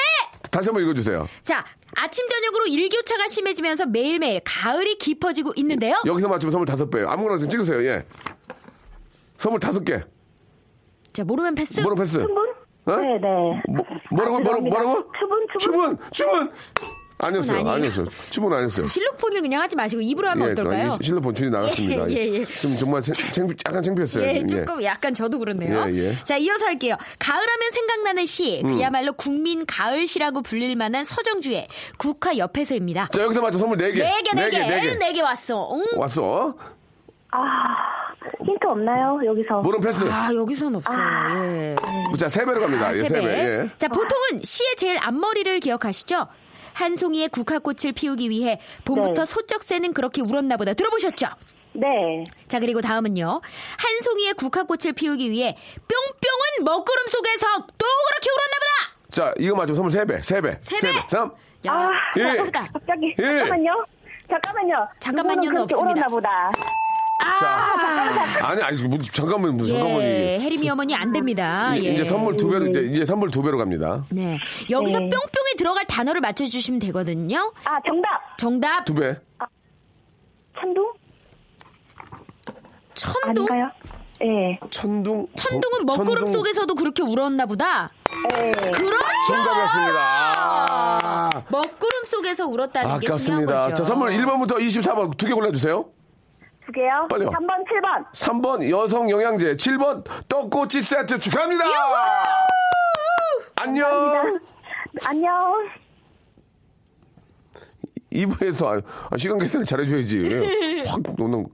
Speaker 2: 다시 한번 읽어주세요.
Speaker 5: 자, 아침 저녁으로 일교차가 심해지면서 매일매일 가을이 깊어지고 있는데요.
Speaker 2: 여기서 맞추면 선물 다섯 배예요. 아무거나 지금 찍으세요. 예. 선물 다섯 개.
Speaker 5: 자, 모르면 패스.
Speaker 2: 뭐라고 패스?
Speaker 6: 수분?
Speaker 2: 어?
Speaker 6: 네네
Speaker 2: 뭐,
Speaker 5: 아,
Speaker 2: 뭐라고 뭐라고 뭐라고?
Speaker 6: 추분, 추분?
Speaker 2: 추분 추분. 아니었어요.
Speaker 5: 아니에요.
Speaker 2: 아니었어요. 추분 아니었어요.
Speaker 5: 실로폰을 그냥 하지 마시고 입으로 하면 어떨까요?
Speaker 2: 아니, 실로폰 예, 줄이 나갔습니다.
Speaker 5: 예, 예, 예.
Speaker 2: 좀 정말 챙, 챙, 약간 창피했어요.
Speaker 5: 예,
Speaker 2: 지금.
Speaker 5: 조금 약간 저도 그렇네요.
Speaker 2: 예, 음. 예.
Speaker 5: 자, 이어서 할게요. 가을하면 생각나는 시, 그야말로 국민 가을시라고 불릴 만한 서정주의 국화 옆에서입니다.
Speaker 2: 자 여기서 맞춰 선물 네 개.
Speaker 5: 네 개, 네 개,
Speaker 2: 네 개.
Speaker 5: 네 개 왔어. 응?
Speaker 2: 왔어.
Speaker 6: 아 힌트 없나요 여기서
Speaker 2: 모른 패스.
Speaker 7: 아, 여기선 없어요. 예.
Speaker 2: 자세 배로 갑니다. 예, 세 배. 예.
Speaker 5: 아, 자, 보통은 시의 제일 앞머리를 기억하시죠? 한 송이의 국화꽃을 피우기 위해 봄부터
Speaker 6: 네.
Speaker 5: 소쩍새는 그렇게 울었나 보다 들어보셨죠?
Speaker 6: 네
Speaker 5: 자, 그리고 다음은요. 한 송이의 국화꽃을 피우기 위해 뿅뿅은 먹구름 속에서 또 그렇게 울었나 보다!
Speaker 2: 자 이거 맞춰 선물 세 배. 세 배.
Speaker 5: 세 배.
Speaker 2: 3.
Speaker 5: 야,
Speaker 6: 아,
Speaker 5: 큰일
Speaker 2: 예.
Speaker 5: 났다, 큰일 났다.
Speaker 6: 갑자기
Speaker 2: 예.
Speaker 6: 잠깐만요 잠깐만요
Speaker 5: 잠깐만요는
Speaker 6: 누구는 그렇게
Speaker 5: 없습니다.
Speaker 6: 울었나 보다
Speaker 2: 자 아니 아니 뭐, 잠깐만 무슨 잠깐만 이게.
Speaker 5: 예, 해림이 어머니 안 됩니다.
Speaker 2: 이-
Speaker 5: 예.
Speaker 2: 이제 선물 두 배로 이제, 이제 선물 두 배로 갑니다.
Speaker 5: 네. 여기서
Speaker 6: 네.
Speaker 5: 뿅뿅에 들어갈 단어를 맞춰주시면 되거든요.
Speaker 6: 아 정답
Speaker 5: 정답,
Speaker 2: 두 배.
Speaker 6: 천둥
Speaker 5: 천둥.
Speaker 6: 아닌가요? 예.
Speaker 2: 천둥. 어,
Speaker 5: 천둥은 먹구름
Speaker 2: 천둥. 어.
Speaker 5: 속에서도 그렇게 울었나 보다.
Speaker 6: 예.
Speaker 5: 그렇죠.
Speaker 2: 정답이었습니다. 아,
Speaker 5: 먹구름 속에서 울었다는 게 중요한
Speaker 2: 아깝습니다.
Speaker 5: 거죠.
Speaker 2: 자, 선물 1번부터 24번 두 개 골라주세요.
Speaker 6: 두 개요?
Speaker 2: 빨리요.
Speaker 6: 어, 3번, 7번.
Speaker 2: 3번 여성 영양제, 7번 떡꼬치 세트 축하합니다. 안녕.
Speaker 6: 안녕.
Speaker 2: 2부에서 아, 시간 계산을 잘해줘야지. 확 너는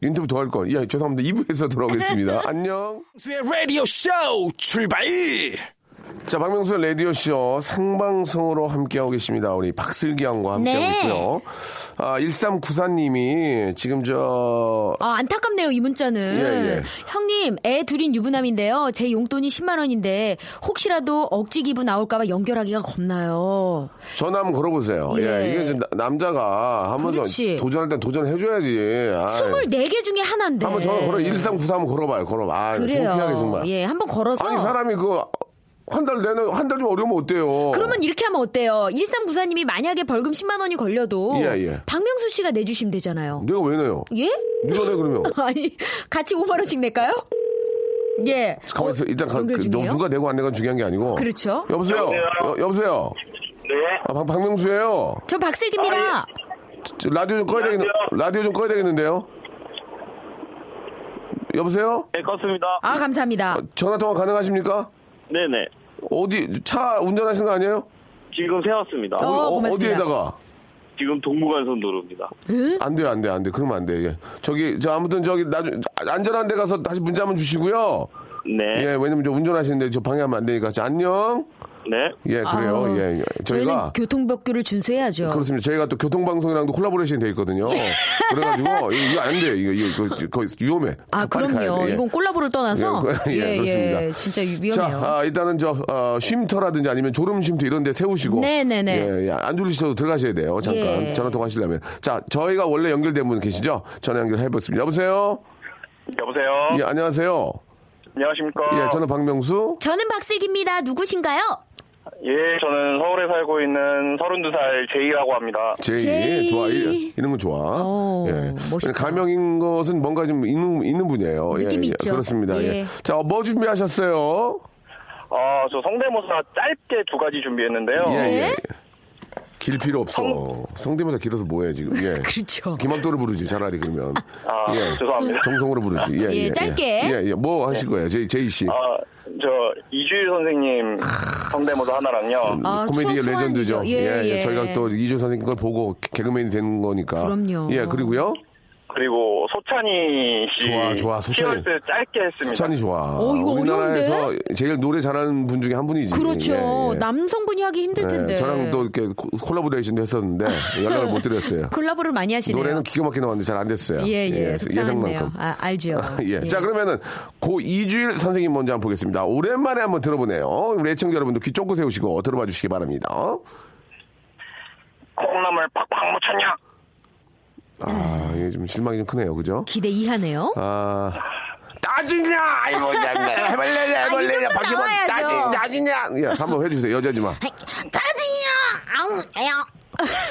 Speaker 2: 인터뷰 더 할 걸. 야 죄송합니다. 2부에서 돌아오겠습니다. 안녕.
Speaker 4: 박명수의 라디오 쇼 출발!
Speaker 8: 네,
Speaker 2: 자, 박명수 라디오 쇼 생방송으로 함께하고 계십니다. 우리 박슬기 양과 함께하고
Speaker 5: 네.
Speaker 2: 있고요. 아, 1394님이 지금 저
Speaker 5: 아, 안타깝네요, 이 문자는.
Speaker 2: 예, 예.
Speaker 5: 형님, 애 둘인 유부남인데요. 제 용돈이 10만원인데, 혹시라도 억지 기부 나올까봐 연결하기가 겁나요.
Speaker 2: 전화 한번 걸어보세요. 예,
Speaker 5: 예.
Speaker 2: 이게 이제 나- 남자가 한번
Speaker 5: 그렇지.
Speaker 2: 도전할 땐 도전해줘야지. 아,
Speaker 5: 24개 중에 하나인데.
Speaker 2: 한번 전화 걸어. 1394 한번 걸어봐요. 걸어봐. 아,
Speaker 5: 네. 그래요.
Speaker 2: 창피하게 정말.
Speaker 5: 예, 한번 걸어서.
Speaker 2: 아니, 사람이 그 한 달 내내, 한 달 좀 어려우면 어때요?
Speaker 5: 그러면 이렇게 하면 어때요? 1394님이 만약에 벌금 10만 원이 걸려도
Speaker 2: 예, 예.
Speaker 5: 박명수 씨가 내주시면 되잖아요.
Speaker 2: 내가 왜 내요?
Speaker 5: 예?
Speaker 2: 누가 내 그러면?
Speaker 5: 아니 같이 5만 원씩 낼까요? 예.
Speaker 2: 가만 있어. 일단 가,
Speaker 5: 연결
Speaker 2: 그, 너
Speaker 5: 중이에요?
Speaker 2: 누가 내고 안 내가 중요한 게 아니고.
Speaker 5: 그렇죠.
Speaker 2: 여보세요. 여, 여보세요.
Speaker 9: 네.
Speaker 2: 아, 박, 박명수예요.
Speaker 5: 전 박슬기입니다.
Speaker 2: 저 라디오 좀 꺼야 되겠 라디오 좀 꺼야 되겠는데요. 여보세요?
Speaker 9: 네, 껐습니다.
Speaker 5: 아 감사합니다.
Speaker 2: 어, 전화 통화 가능하십니까?
Speaker 9: 네네.
Speaker 2: 어디 차 운전하시는 거 아니에요?
Speaker 9: 지금 세웠습니다.
Speaker 5: 어, 고맙습니다.
Speaker 2: 어디에다가?
Speaker 9: 지금 동부간선 도로입니다.
Speaker 2: 안 돼요, 안 돼, 안 돼. 그러면 안 돼. 예. 저기 저 아무튼 저기 나중 안전한 데 가서 다시 문자 한번 주시고요. 네. 예, 왜냐면 저 운전하시는데 저 방해하면 안 되니까. 자, 안녕.
Speaker 8: 네.
Speaker 2: 예, 그래요.
Speaker 7: 아우,
Speaker 2: 예, 예.
Speaker 7: 저희는
Speaker 2: 저희가
Speaker 7: 교통법규를 준수해야죠.
Speaker 2: 그렇습니다. 저희가 또 교통방송이랑도 콜라보레이션이 돼 있거든요. 그래가지고 어, 이거, 이거 안 돼요. 이거 이거 이거 거의 위험해.
Speaker 7: 아,
Speaker 2: 빨리 가야
Speaker 7: 그럼요.
Speaker 2: 돼. 예.
Speaker 7: 이건 콜라보를 떠나서
Speaker 2: 예, 예, 그렇습니다.
Speaker 7: 진짜
Speaker 2: 자,
Speaker 7: 위험해요.
Speaker 2: 아, 일단은 저 어, 쉼터라든지 아니면 졸음 쉼터 이런 데 세우시고
Speaker 7: 네네네.
Speaker 2: 예, 예, 안 졸리셔도 들어가셔야 돼요. 잠깐
Speaker 7: 예.
Speaker 2: 전화 통화 하시려면. 자, 저희가 원래 연결된 분 계시죠? 전화 연결해 보겠습니다. 여보세요?
Speaker 8: 여보세요?
Speaker 2: 예, 안녕하세요.
Speaker 8: 안녕하십니까?
Speaker 2: 예, 저는 박명수.
Speaker 10: 저는 박슬기입니다. 누구신가요?
Speaker 8: 예, 저는 서울에 살고 있는 32살 제이라고 합니다.
Speaker 2: 제이, 좋아 이- 이런 거 좋아. 예.
Speaker 8: 멋있다.
Speaker 2: 가명인 것은 뭔가 좀 있는 있는 분이에요. 예,
Speaker 8: 느낌이 있죠.
Speaker 2: 예, 그렇습니다. 예.
Speaker 8: 예.
Speaker 2: 자, 뭐 준비하셨어요?
Speaker 8: 아, 저 성대모사 짧게 두 가지 준비했는데요.
Speaker 2: 예, 예, 예. 길 필요 없어. 성대모사 길어서 뭐해 지금? 예.
Speaker 7: 그렇죠.
Speaker 2: 김학도를 부르지 차라리 그러면. 예.
Speaker 8: 아, 죄송합니다.
Speaker 2: 정성으로 부르지. 예,
Speaker 8: 예,
Speaker 2: 예,
Speaker 8: 짧게.
Speaker 2: 예, 예. 뭐 하실 거예요, 제이, 제이 씨?
Speaker 8: 아, 저 이주일 선생님 성대모사 하나랑요.
Speaker 2: 아. 음,
Speaker 7: 아,
Speaker 2: 코미디의 레전드죠.
Speaker 8: 예, 예.
Speaker 2: 저희가 또 이주 선생님 걸 보고 개- 개그맨이 되는 거니까.
Speaker 8: 그럼요.
Speaker 2: 예, 그리고요.
Speaker 8: 그리고 소찬이 씨.
Speaker 2: 좋아, 좋아, 소찬이.
Speaker 8: 키워드 짧게 했습니다.
Speaker 2: 찬이 좋아.
Speaker 7: 어, 이거
Speaker 2: 우리나라에서 제일 노래 잘하는 분 중에 한 분이지.
Speaker 7: 그렇죠.
Speaker 2: 예, 예.
Speaker 7: 남성분이 하기 힘들
Speaker 2: 예,
Speaker 7: 텐데.
Speaker 2: 저랑 또 이렇게 코- 콜라보레이션도 했었는데 연락을 못 드렸어요.
Speaker 7: 콜라보를 많이 하시네요.
Speaker 2: 노래는 기가 막히게 나왔는데 잘 안 됐어요.
Speaker 7: 아, 그 예, 예.
Speaker 2: 예상만큼.
Speaker 7: 속상하네요. 아, 알죠.
Speaker 2: 예. 자, 그러면은 고 이주일 선생님 먼저 한번 보겠습니다. 오랜만에 한번 들어보네요. 우리 애청자 여러분도 귀 쫑긋 세우시고 들어봐 주시기 바랍니다.
Speaker 8: 콩나물 팍팍 묻혔냐?
Speaker 2: 아,
Speaker 11: 네.
Speaker 2: 이게 좀 실망이 좀 크네요. 그죠?
Speaker 7: 기대 이하네요.
Speaker 2: 아,
Speaker 11: 따지냐? 아이고,
Speaker 2: 뭐, 해볼래
Speaker 11: 해볼래,
Speaker 2: 해볼래, 박기범
Speaker 11: 나와야죠.
Speaker 2: 따지, 따지냐? 예, 한번 해주세요. 여자지만.
Speaker 11: 짜증이야! 아우, 에요.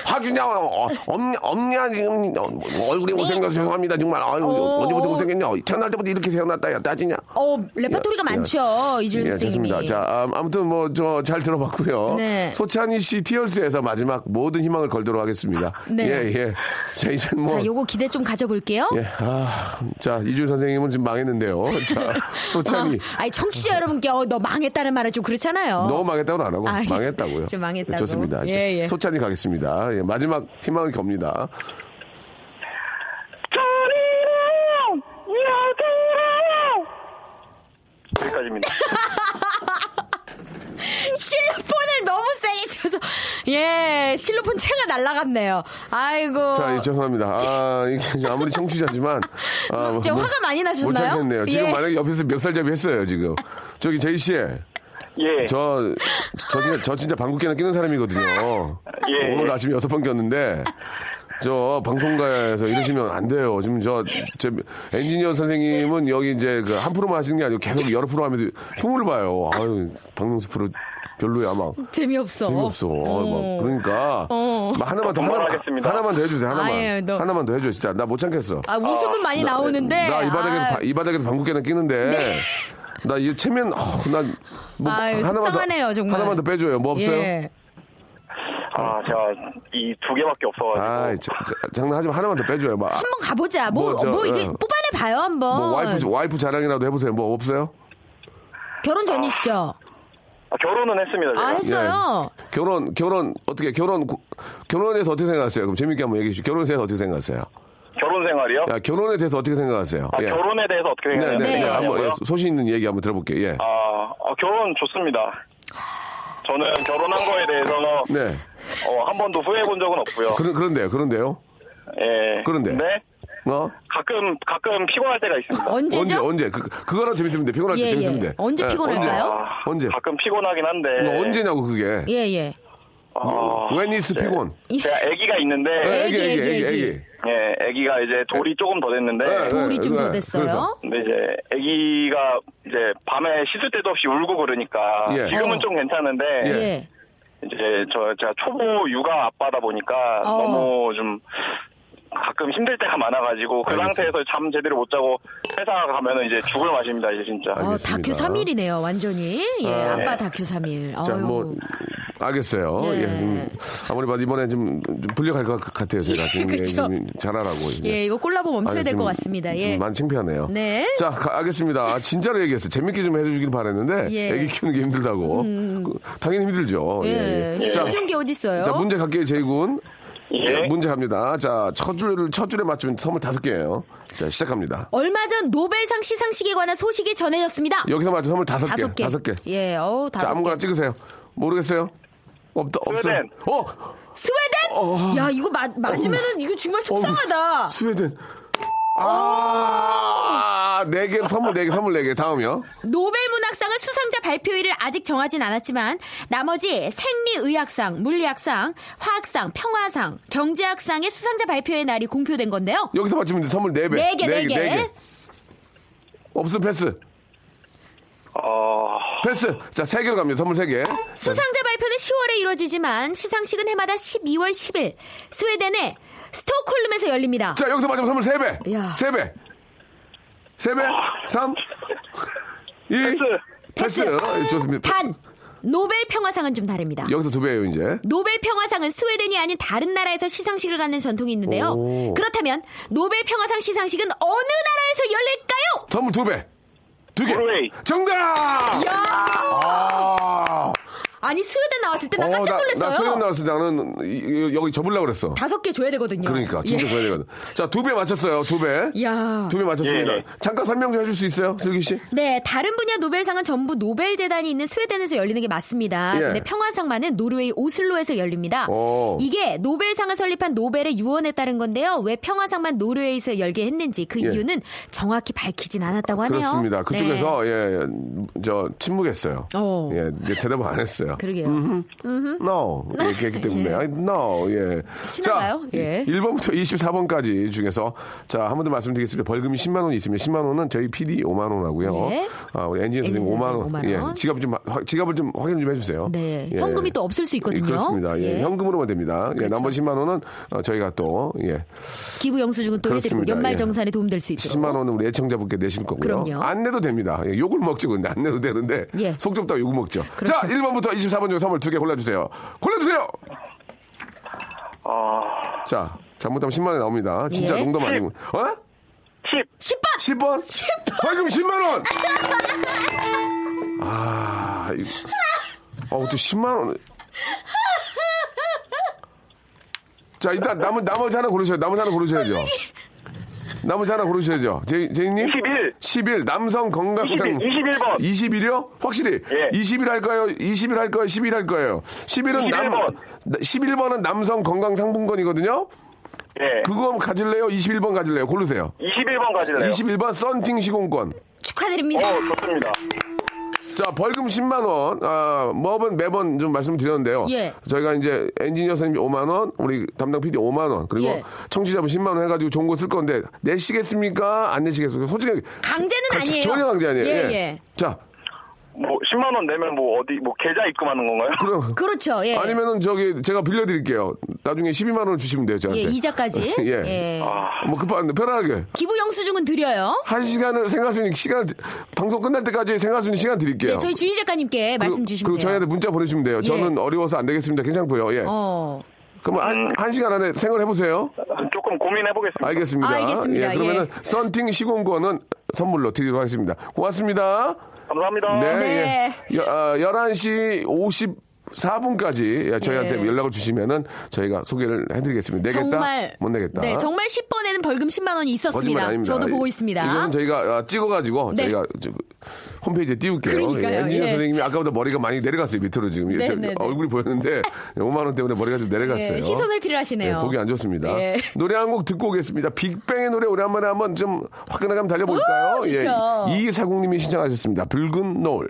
Speaker 2: 하준야, 어, 없냐, 없냐, 지금, 어, 뭐,
Speaker 11: 네.
Speaker 2: 얼굴이 못생겨서 죄송합니다. 정말, 아유,
Speaker 7: 어.
Speaker 2: 언제부터 못생겼냐? 태어날 때부터 이렇게 태어났다, 야, 따지냐?
Speaker 7: 어, 레퍼토리가
Speaker 2: 예,
Speaker 7: 많죠. 이준
Speaker 2: 예,
Speaker 7: 선생님이.
Speaker 2: 좋습니다. 자, 아, 아무튼 뭐, 저, 잘 들어봤고요.
Speaker 7: 네.
Speaker 2: 소찬이 씨 티얼스에서 마지막 모든 희망을 걸도록 하겠습니다.
Speaker 7: 네.
Speaker 2: 예, 예. 자, 이제 뭐.
Speaker 7: 자, 요거 기대 좀 가져볼게요.
Speaker 2: 예, 아, 자, 이준 선생님은 지금 망했는데요. 자, 소찬이.
Speaker 7: 아, 아니, 청취자 여러분께 어, 너 망했다는 말은 좀 그렇잖아요.
Speaker 2: 너무 망했다고는 안 하고
Speaker 7: 아, 알겠-
Speaker 2: 망했다고요.
Speaker 7: 좀 망했다고.
Speaker 2: 좋습니다.
Speaker 7: 예,
Speaker 2: 자,
Speaker 7: 예.
Speaker 2: 소찬이 가겠습니다. 예, 마지막 희망을 겁니다.
Speaker 11: 소리로! 여기로!
Speaker 8: 여기까지입니다.
Speaker 7: 실로폰을 너무 세게 쳐서 예 실로폰 채가 날라갔네요. 아이고
Speaker 2: 자, 예, 죄송합니다. 아, 이게 아무리 청취자지만. 아,
Speaker 7: 저
Speaker 2: 못-
Speaker 7: 화가 많이 나셨나요?
Speaker 2: 못 참겠네요. 지금
Speaker 7: 예.
Speaker 2: 만약에 옆에서 멱살잡이 했어요, 지금. 저기 제이 씨.
Speaker 8: 예.
Speaker 2: 저, 저 진짜, 저 진짜 방귀깨나 끼는 사람이거든요.
Speaker 8: 예.
Speaker 2: 오늘 아침에 여섯 번 꼈는데. 저 방송가에서 이러시면 안 돼요. 지금 저, 저 엔지니어 선생님은 여기 이제 그 한 프로만 하시는 게 아니고 계속 여러 프로 하면서 흉을 봐요. 아유, 박명수 프로 별로야 막.
Speaker 7: 재미없어.
Speaker 2: 재미없어. 막 그러니까
Speaker 7: 어.
Speaker 2: 막 하나만 더 하나만, 하나만 더 해주세요. 하나만
Speaker 7: 아, 예, 너-
Speaker 2: 하나만 더 해줘. 진짜 나 못 참겠어.
Speaker 7: 아, 웃음은 많이 나오는데.
Speaker 2: 나 이 바닥에서
Speaker 7: 아. 네.
Speaker 2: 바- 이 바닥에서 방구깨나 끼는데. 나 이거 체면 어, 난 뭐,
Speaker 7: 아유, 속상하네요,
Speaker 2: 더,
Speaker 7: 정말.
Speaker 2: 하나만 더 빼줘요. 뭐 없어요?
Speaker 7: 예.
Speaker 8: 아, 제가 이 두 개밖에 없어가지고.
Speaker 2: 아, 자, 자, 장난하지 마. 하나만 더 빼줘요. 막, 아,
Speaker 7: 한번 가보자. 뭐,
Speaker 2: 뭐
Speaker 7: 뭐,
Speaker 2: 저,
Speaker 7: 이게
Speaker 2: 예.
Speaker 7: 뽑아내 봐요 한번.
Speaker 2: 뭐 와이프 와이프 자랑이라도 해보세요. 뭐 없어요?
Speaker 7: 결혼 전이시죠?
Speaker 8: 아, 결혼은 했습니다. 제가.
Speaker 7: 아 했어요.
Speaker 2: 예. 결혼 결혼 어떻게 결혼 고- 결혼에서 어떻게 생각하세요? 그럼 재밌게 한번 얘기해 주시죠. 결혼에 대해서 어떻게 생각하세요?
Speaker 8: 결혼 생활이요?
Speaker 2: 야, 결혼에 대해서 어떻게 생각하세요?
Speaker 8: 아, 결혼에 대해서 어떻게
Speaker 2: 네,
Speaker 8: 생각하냐고요?
Speaker 2: 네, 네. 한번 예, 소신 있는 얘기 한번 들어볼게요. 예.
Speaker 8: 아, 아, 결혼 좋습니다. 저는 결혼한 거에 대해서
Speaker 2: 네.
Speaker 8: 어, 한 번도 후회해 본 적은 없고요.
Speaker 2: 그런 그런데요. 그런데요.
Speaker 8: 예.
Speaker 2: 그런데.
Speaker 8: 근데
Speaker 2: 어?
Speaker 8: 가끔 가끔 피곤할 때가 있습니다.
Speaker 2: 뭐, 언제 언제 그 그거랑 재밌으면 돼. 피곤할 때
Speaker 8: 예,
Speaker 2: 재밌으면
Speaker 8: 예.
Speaker 2: 돼.
Speaker 8: 언제
Speaker 2: 예,
Speaker 8: 피곤할까요?
Speaker 2: 언제? 언제?
Speaker 8: 가끔 피곤하긴 한데. 아.
Speaker 2: 이거 언제냐고 그게.
Speaker 7: 예 예.
Speaker 2: 웬 이스 피곤.
Speaker 8: 제가 아기가 있는데.
Speaker 2: 네, 애기, 애기, 애기, 애기.
Speaker 8: 예, 아기가 이제 돌이 조금 더 됐는데.
Speaker 2: 돌이 좀더 네, 됐어요? 그래서?
Speaker 8: 근데 이제 아기가 이제 밤에 씻을 때도 없이 울고 그러니까
Speaker 11: 예.
Speaker 8: 지금은
Speaker 11: 어.
Speaker 8: 좀 괜찮은데.
Speaker 11: 예.
Speaker 8: 이제 저 제가 초보 육아 아빠다 보니까
Speaker 11: 어.
Speaker 8: 너무 좀 가끔 힘들 때가 많아가지고 그 상태에서 잠 제대로 못 자고 회사 가면은 이제 죽을 맛입니다 이제 진짜.
Speaker 7: 어, 다큐 3일이네요 완전히. 예
Speaker 2: 아.
Speaker 7: 아, 빠 다큐 3일.
Speaker 2: 자, 뭐 알겠어요.
Speaker 7: 네.
Speaker 2: 예. 좀 아무리 봐도 이번에 좀, 좀 불려갈 것 같아요. 제가 지금 예,
Speaker 7: 그쵸?
Speaker 2: 좀 잘하라고. 이제.
Speaker 7: 예 이거 콜라보 멈춰야
Speaker 2: 아니,
Speaker 7: 될 것
Speaker 2: 좀-
Speaker 7: 같습니다.
Speaker 2: 좀
Speaker 7: 예.
Speaker 2: 많이 창피하네요.
Speaker 7: 네.
Speaker 2: 자, 가- 알겠습니다. 아, 진짜로 얘기했어요. 재밌게 좀 해주길 바랬는데
Speaker 7: 예.
Speaker 2: 애기 키우는 게 힘들다고.
Speaker 7: 음.
Speaker 2: 그, 당연히 힘들죠. 예,
Speaker 7: 예.
Speaker 2: 예. 자,
Speaker 7: 쉬운 게 어디 있어요?
Speaker 2: 자, 문제 갈게요, 제이군. 예, 문제 갑니다. 자, 첫 줄을, 첫 줄에 맞추면 선물 다섯 개예요 자, 시작합니다.
Speaker 5: 얼마 전 노벨상 시상식에 관한 소식이 전해졌습니다.
Speaker 2: 여기서 맞추면 선물 다섯 개.
Speaker 5: 다섯 개.
Speaker 2: 다섯 개.
Speaker 5: 예, 어우,
Speaker 2: 자,
Speaker 5: 다섯 개.
Speaker 2: 아무거나 찍으세요. 모르겠어요? 없다, 없어요.
Speaker 5: 스웨덴.
Speaker 2: 어!
Speaker 5: 스웨덴? 야, 이거 맞, 맞으면은 이거 정말 속상하다.
Speaker 2: 스웨덴. 어, 아, 네 개, 선물 네 개, 선물 네 개. 다음이요.
Speaker 5: 노벨 문학상은 수상자 발표일을 아직 정하진 않았지만 나머지 생리의학상, 물리학상, 화학상, 평화상, 경제학상의 수상자 발표의 날이 공표된 건데요.
Speaker 2: 여기서 맞추면 돼. 선물 네 배.
Speaker 5: 네 개, 네 개.
Speaker 2: 없으면 패스.
Speaker 8: 어,
Speaker 2: 패스. 자, 세 개로 갑니다. 선물 세 개.
Speaker 5: 수상자 발표는 10월에 이루어지지만 시상식은 해마다 12월 10일 스웨덴의 스톡홀름에서 열립니다.
Speaker 2: 자, 여기서 맞으면 선물 세 배.
Speaker 5: 야.
Speaker 2: 세 배. 세 배. 삼. 이. 패스. 어, 예,
Speaker 5: 패스.
Speaker 2: 좋습니다.
Speaker 5: 단 노벨 평화상은 좀 다릅니다.
Speaker 2: 여기서 두 배예요, 이제.
Speaker 5: 노벨 평화상은 스웨덴이 아닌 다른 나라에서 시상식을 갖는 전통이 있는데요.
Speaker 2: 오.
Speaker 5: 그렇다면 노벨 평화상 시상식은 어느 나라에서 열릴까요?
Speaker 2: 선물 두 배. 두 개. 정답! 아.
Speaker 5: 아니 스웨덴 나왔을 때 나
Speaker 2: 어,
Speaker 5: 깜짝 놀랐어요.
Speaker 2: 나, 소연 나왔을 때 나는 이- 이- 여기 접으려고 그랬어.
Speaker 5: 다섯 개 줘야 되거든요.
Speaker 2: 그러니까 진짜
Speaker 5: 예.
Speaker 2: 줘야 되거든. 자, 두 배 맞췄어요. 두 배.
Speaker 5: 야.
Speaker 2: 두 배 맞췄습니다.
Speaker 5: 예.
Speaker 2: 잠깐 설명 좀 해줄 수 있어요, 슬기 씨?
Speaker 5: 네, 다른 분야 노벨상은 전부 노벨 재단이 있는 스웨덴에서 열리는 게 맞습니다.
Speaker 2: 예. 어.
Speaker 5: 근데 평화상만은 노르웨이 오슬로에서 열립니다.
Speaker 2: 오.
Speaker 5: 이게 노벨상을 설립한 노벨의 유언에 따른 건데요. 왜 평화상만 노르웨이에서 열게 했는지 그
Speaker 2: 예.
Speaker 5: 이유는 정확히 밝히진 않았다고 하네요.
Speaker 2: 그렇습니다.
Speaker 5: 네.
Speaker 2: 그쪽에서 예, 저 침묵했어요.
Speaker 5: 어.
Speaker 2: 예, 이제 대답을 안 했어요.
Speaker 5: 그러게요.
Speaker 2: 음흠,
Speaker 5: 음흠.
Speaker 2: No 이렇게 했기 때문에 아니, No 예.
Speaker 5: 네. 친한가요? 예.
Speaker 2: 1번부터 24번까지 중에서 자 한 번 더 말씀드리겠습니다. 벌금이 10만 원 있으면 10만 원은 저희 PD 5만 원 하고요.
Speaker 5: 예.
Speaker 2: 아, 우리 엔지니어 선생님
Speaker 5: 엔지니어
Speaker 2: 5만 원.
Speaker 5: 선생님 5만 원.
Speaker 2: 예. 지갑 좀 화- 지갑을 좀 확인 좀 해주세요.
Speaker 5: 네,
Speaker 2: 예.
Speaker 5: 현금이 또 없을 수 있거든요.
Speaker 2: 그렇습니다. 예,
Speaker 5: 예. 그렇죠.
Speaker 2: 현금으로만 됩니다. 예, 나머지 10만 원은 어, 저희가 또 예.
Speaker 5: 기부 영수증은 또 해드리고
Speaker 2: 그렇습니다.
Speaker 5: 연말
Speaker 2: 예.
Speaker 5: 정산에 도움될 수 있도록.
Speaker 2: 10만 원은 우리 애청자분께 내실 거고요.
Speaker 5: 그럼요.
Speaker 2: 안 내도 됩니다. 예, 욕을 먹죠. 근데 안 내도 되는데
Speaker 5: 예.
Speaker 2: 속 좁다 욕을 먹죠. 자, 1번부터 24번 중에 선물 두 개 골라주세요. 골라주세요. 자, 잘못하면 10만 원 나옵니다. 진짜
Speaker 4: 예.
Speaker 2: 농담 아니고. 어?
Speaker 5: 10.
Speaker 2: 10번. 10번. 10번. 벌금 10만 원. 아, 이, 어, 또 10만 원. 자, 일단 나머, 나머지 하나 고르셔요. 나머지 하나 고르셔야죠. 나머지 하나 고르셔야죠. 제, 제이님?
Speaker 12: 21.
Speaker 2: 11. 남성 건강상.
Speaker 12: 21, 21 번.
Speaker 2: 21이요? 확실히.
Speaker 12: 예.
Speaker 2: 20일 할까요? 20일 할까요? 10일 할까요? 11은 남,
Speaker 12: 21번.
Speaker 2: 11번은 남성 건강상품권이거든요?
Speaker 12: 예.
Speaker 2: 그거 가질래요? 21번 가질래요? 고르세요.
Speaker 12: 21번 가질래요?
Speaker 2: 21번 썬팅 시공권.
Speaker 5: 축하드립니다.
Speaker 12: 어, 좋습니다.
Speaker 2: 자, 벌금 10만 원. 아, 뭐번 매번 좀 말씀드렸는데요.
Speaker 12: 예.
Speaker 2: 저희가 이제 엔지니어 선생님 5만 원, 우리 담당 PD 5만 원, 그리고
Speaker 5: 예.
Speaker 2: 청취자분 10만 원 해가지고 좋은 거 쓸 건데 내시겠습니까? 안 내시겠습니까? 솔직히
Speaker 5: 강제는
Speaker 2: 그렇죠.
Speaker 5: 아니에요.
Speaker 2: 전혀 강제 아니에요.
Speaker 5: 예,
Speaker 2: 예.
Speaker 5: 예.
Speaker 2: 자,
Speaker 12: 뭐 10만 원 내면 뭐 어디 뭐 계좌 입금하는 건가요?
Speaker 2: 그럼
Speaker 5: 그렇죠. 예.
Speaker 2: 아니면은 저기 제가 빌려드릴게요. 나중에 12만 원을 주시면 돼요, 저한테.
Speaker 5: 예, 이자까지.
Speaker 2: 예.
Speaker 5: 예.
Speaker 2: 뭐 급한데 편하게.
Speaker 5: 기부 영수증은 드려요.
Speaker 2: 한 시간을 생각 순위 시간 방송 끝날 때까지 생각 순위 시간 드릴게요.
Speaker 5: 네, 저희 주희 작가님께 말씀 주시면
Speaker 2: 예. 그리고
Speaker 5: 돼요.
Speaker 2: 저희한테 문자 보내주시면 돼요.
Speaker 5: 예.
Speaker 2: 저는 어려워서 안 되겠습니다. 괜찮고요. 예.
Speaker 5: 어.
Speaker 2: 그러면 한, 한 시간 안에 생각을 해보세요.
Speaker 12: 조금 고민해 보겠습니다.
Speaker 2: 알겠습니다.
Speaker 12: 알겠습니다.
Speaker 2: 예, 그러면은
Speaker 12: 예.
Speaker 2: 썬팅 시공권은 선물로 드리도록 하겠습니다. 고맙습니다.
Speaker 12: 감사합니다.
Speaker 2: 네.
Speaker 12: 네.
Speaker 2: 예. 여, 아, 11시 54분까지 예, 저희한테
Speaker 5: 네.
Speaker 2: 연락을 주시면은 저희가 소개를 해드리겠습니다. 내겠다?
Speaker 5: 정말
Speaker 2: 못 내겠다.
Speaker 5: 네, 정말 10번에는 벌금 10만 원이
Speaker 2: 거짓말
Speaker 5: 있었습니다.
Speaker 2: 아닙니다.
Speaker 5: 저도 보고 있습니다.
Speaker 2: 이거는 저희가 아, 찍어가지고
Speaker 5: 네.
Speaker 2: 저희가 저- 홈페이지에 띄울게요.
Speaker 5: 그러니까요,
Speaker 2: 예, 엔지니어
Speaker 5: 예.
Speaker 2: 선생님이 아까보다 머리가 많이 내려갔어요 밑으로 지금
Speaker 5: 네,
Speaker 2: 저-
Speaker 5: 네, 네.
Speaker 2: 얼굴이 보였는데 5만 원 때문에 머리가 좀 내려갔어요.
Speaker 5: 예, 시선 회피를 하시네요.
Speaker 2: 예, 보기 안 좋습니다.
Speaker 5: 예.
Speaker 2: 노래 한 곡 듣고 오겠습니다. 빅뱅의 노래 오랜만에 한번 좀 화끈하게 한번 달려볼까요? 예.
Speaker 5: 오, 좋죠.
Speaker 2: 이사공님이 신청하셨습니다. 붉은 노을.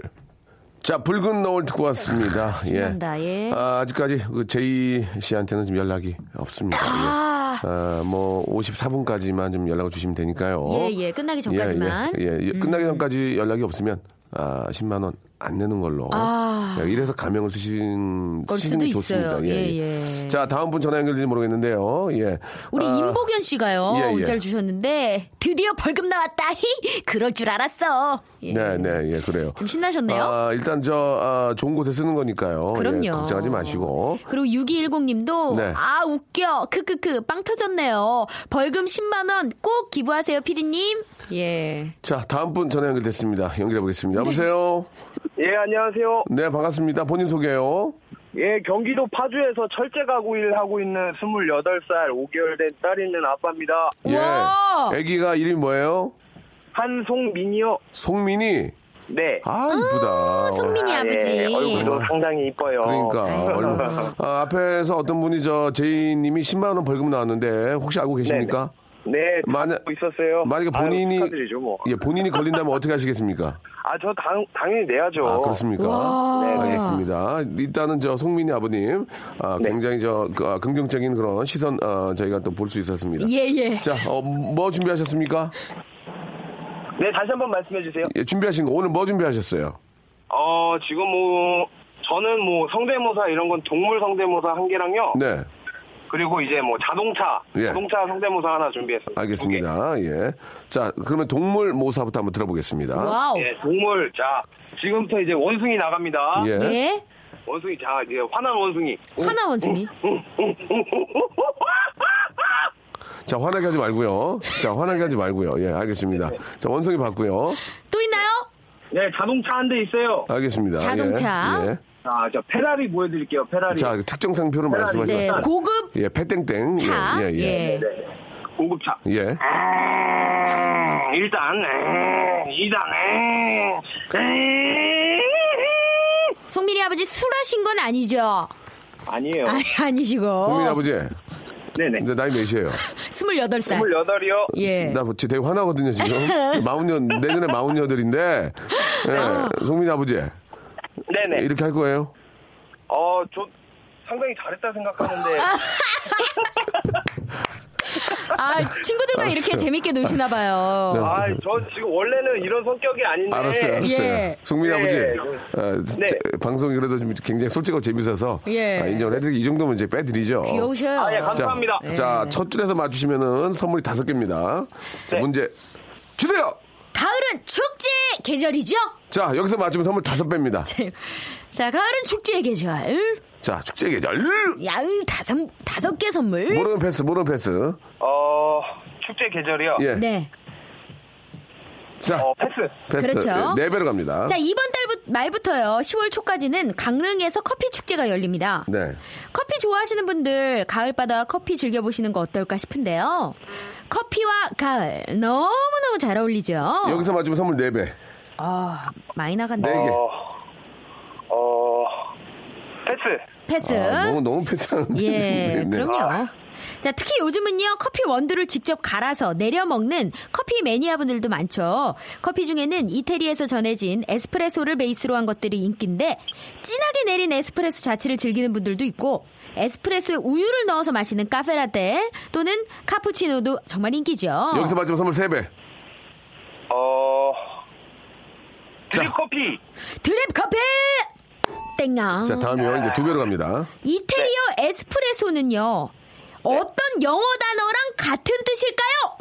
Speaker 2: 자, 붉은 노을 듣고 왔습니다.
Speaker 5: 아, 신난다, 예.
Speaker 2: 아, 직까지 제이 씨한테는 좀 연락이 없습니다.
Speaker 5: 아.
Speaker 2: 예. 아, 뭐 54분까지만 좀 연락을 주시면 되니까요.
Speaker 5: 예, 예, 끝나기 전까지만. 음.
Speaker 2: 예, 예, 예. 끝나기 전까지 연락이 없으면 아, 10만 원 안 내는 걸로.
Speaker 5: 아.
Speaker 2: 예, 이래서 가명을 쓰신
Speaker 5: 걸
Speaker 2: 쓰는
Speaker 5: 수도
Speaker 2: 게 좋습니다.
Speaker 5: 있어요. 예, 예.
Speaker 2: 자, 다음 분 전화 연결될지 모르겠는데요. 예.
Speaker 5: 우리
Speaker 2: 아,
Speaker 5: 임보견 씨가요
Speaker 2: 예, 예.
Speaker 5: 문자를 주셨는데 드디어 벌금 나왔다. 히 그럴 줄 알았어. 예.
Speaker 2: 네, 네, 예, 그래요.
Speaker 5: 좀 신나셨네요.
Speaker 2: 아, 일단 저 아, 좋은 곳에 쓰는 거니까요. 예,
Speaker 5: 그럼요.
Speaker 2: 걱정하지 마시고.
Speaker 5: 그리고 6210님도
Speaker 2: 네.
Speaker 5: 아 웃겨 크크크 빵 터졌네요. 벌금 10만 원 꼭 기부하세요 피디님. 예.
Speaker 2: 자, 다음 분 전화
Speaker 5: 네.
Speaker 2: 연결됐습니다. 연결해 보겠습니다. 여보세요.
Speaker 12: 예, 안녕하세요.
Speaker 2: 네, 반갑습니다. 본인 소개요.
Speaker 8: 예, 경기도 파주에서 철제 가구 일하고 있는 28살 5개월 된 딸 있는 아빠입니다.
Speaker 2: 예. 아기가 이름이 뭐예요?
Speaker 8: 한송민이요.
Speaker 2: 송민이?
Speaker 8: 네.
Speaker 2: 아, 이쁘다.
Speaker 8: 송민이 아, 아버지. 예, 얼굴도 상당히 이뻐요.
Speaker 2: 그러니까. 얼굴. 아, 앞에서 어떤 분이 저 제이님이 10만원 벌금 나왔는데 혹시 알고 계십니까?
Speaker 8: 네,
Speaker 2: 만약
Speaker 8: 있었어요.
Speaker 2: 만약에 본인이
Speaker 8: 아유, 축하드리죠, 뭐.
Speaker 2: 예, 본인이 걸린다면 어떻게 하시겠습니까?
Speaker 8: 아, 저 당, 당연히 내야죠.
Speaker 2: 아, 예. 그렇습니까?
Speaker 8: 네, 네.
Speaker 2: 알겠습니다. 일단은 저 송민이 아버님 아, 굉장히 저그 아, 긍정적인 그런 시선 아, 저희가 또 볼 수 있었습니다.
Speaker 8: 예, 예.
Speaker 2: 자, 어, 뭐 준비하셨습니까?
Speaker 8: 네, 다시 한 번 말씀해 주세요.
Speaker 2: 예, 준비하신 거 오늘 뭐 준비하셨어요?
Speaker 8: 어, 지금 뭐, 저는 뭐, 성대모사 이런 건 동물 성대모사 한 개랑요.
Speaker 2: 네,
Speaker 8: 그리고 이제 뭐, 자동차.
Speaker 2: 예.
Speaker 8: 자동차 성대모사 하나 준비했습니다.
Speaker 2: 알겠습니다. 예. 자, 그러면 동물 모사부터 한번 들어보겠습니다.
Speaker 8: 예, 동물. 자, 지금부터 이제 원숭이 나갑니다.
Speaker 2: 예. 네.
Speaker 8: 원숭이, 자, 이제 화난 원숭이.
Speaker 5: 화난 원숭이.
Speaker 2: 자, 화나게 하지 말고요. 자, 화나게 하지 말고요. 예, 알겠습니다. 자, 원숭이 봤고요.
Speaker 5: 또 있나요?
Speaker 8: 네, 자동차 한 대 있어요.
Speaker 2: 알겠습니다. 예. 예.
Speaker 8: 아, 저 페라리 보여드릴게요, 페라리.
Speaker 2: 자, 그 특정 상표로
Speaker 8: 페라리.
Speaker 2: 말씀하시면
Speaker 8: 네, 고급
Speaker 2: 예, 패땡땡.
Speaker 8: 차.
Speaker 2: 예, 예.
Speaker 8: 네,
Speaker 2: 예.
Speaker 8: 네. 고급차.
Speaker 2: 예.
Speaker 8: 음, 일단, 음, 이단, 음,
Speaker 5: 송민이 아버지 술 하신 건 아니죠?
Speaker 8: 아니에요.
Speaker 5: 아니, 아니시고.
Speaker 8: 어.
Speaker 2: 송민 아버지.
Speaker 8: 네네.
Speaker 2: 이제 나이 몇이에요?
Speaker 5: 28살.
Speaker 8: 28이요?
Speaker 5: 예.
Speaker 2: 나 지금 되게 화나거든요, 지금. 마흔여, 내년에 마흔여덟인데. 예. 송민 아버지.
Speaker 8: 네. 네네.
Speaker 2: 이렇게 할 거예요?
Speaker 8: 어, 저 상당히 잘했다 생각하는데.
Speaker 5: 아, 친구들만 이렇게
Speaker 2: 알았어요.
Speaker 5: 재밌게 노시나 봐요.
Speaker 2: 알았어요.
Speaker 8: 아, 저 지금 원래는 이런 성격이 아닌데.
Speaker 2: 알았어요, 알았어요. 송민 아버지, 어,
Speaker 8: 네.
Speaker 2: 제- 방송이 그래도 좀 굉장히 솔직하고 재밌어서
Speaker 8: 예.
Speaker 2: 아, 인정을 해드리고 이 정도면 이제 빼드리죠.
Speaker 8: 귀여우셔요. 아, 예, 감사합니다.
Speaker 2: 자, 자,
Speaker 8: 네.
Speaker 2: 첫 줄에서 맞추시면은 선물이 다섯 개입니다. 자, 문제 주세요!
Speaker 5: 가을은 축제 계절이죠?
Speaker 2: 자, 여기서 맞추면 선물 다섯 배입니다.
Speaker 5: 네. 자, 가을은 축제 계절.
Speaker 2: 자, 축제 계절.
Speaker 5: 야유 다섯 다섯 개 선물.
Speaker 2: 모르는 패스, 모르는 패스.
Speaker 8: 어, 축제 계절이요? 어,
Speaker 2: 예.
Speaker 5: 네.
Speaker 2: 자,
Speaker 8: 패스.
Speaker 2: 패스.
Speaker 5: 그렇죠.
Speaker 2: 네, 네 배로 갑니다.
Speaker 5: 자, 이번 달 말부터요. 10월 초까지는 강릉에서 커피 축제가 열립니다.
Speaker 2: 네.
Speaker 5: 커피 좋아하시는 분들 가을바다 커피 즐겨보시는 거 어떨까 싶은데요. 커피와 가을 너무너무 잘 어울리죠.
Speaker 2: 여기서 맞추면 선물 네 배.
Speaker 5: 아, 많이 나간다.
Speaker 2: 네 개.
Speaker 8: 어, 패스.
Speaker 5: 패스.
Speaker 2: 아, 너무, 너무 패스하는데. 네,
Speaker 5: 예, 그럼요. 자, 특히 요즘은요, 커피 원두를 직접 갈아서 내려 먹는 커피 매니아 분들도 많죠. 커피 중에는 이태리에서 전해진 에스프레소를 베이스로 한 것들이 인기인데, 진하게 내린 에스프레소 자체를 즐기는 분들도 있고, 에스프레소에 우유를 넣어서 마시는 카페라떼 또는 카푸치노도 정말 인기죠.
Speaker 2: 아, 여기서 맞추면 선물 세 배.
Speaker 8: 어, 드립 커피.
Speaker 5: 드립 커피! 땡냥.
Speaker 2: 자, 다음이요. 네. 이제 두 배로 갑니다.
Speaker 5: 이태리어 에스프레소는요,
Speaker 2: 네.
Speaker 5: 어떤 영어 단어랑 같은 뜻일까요?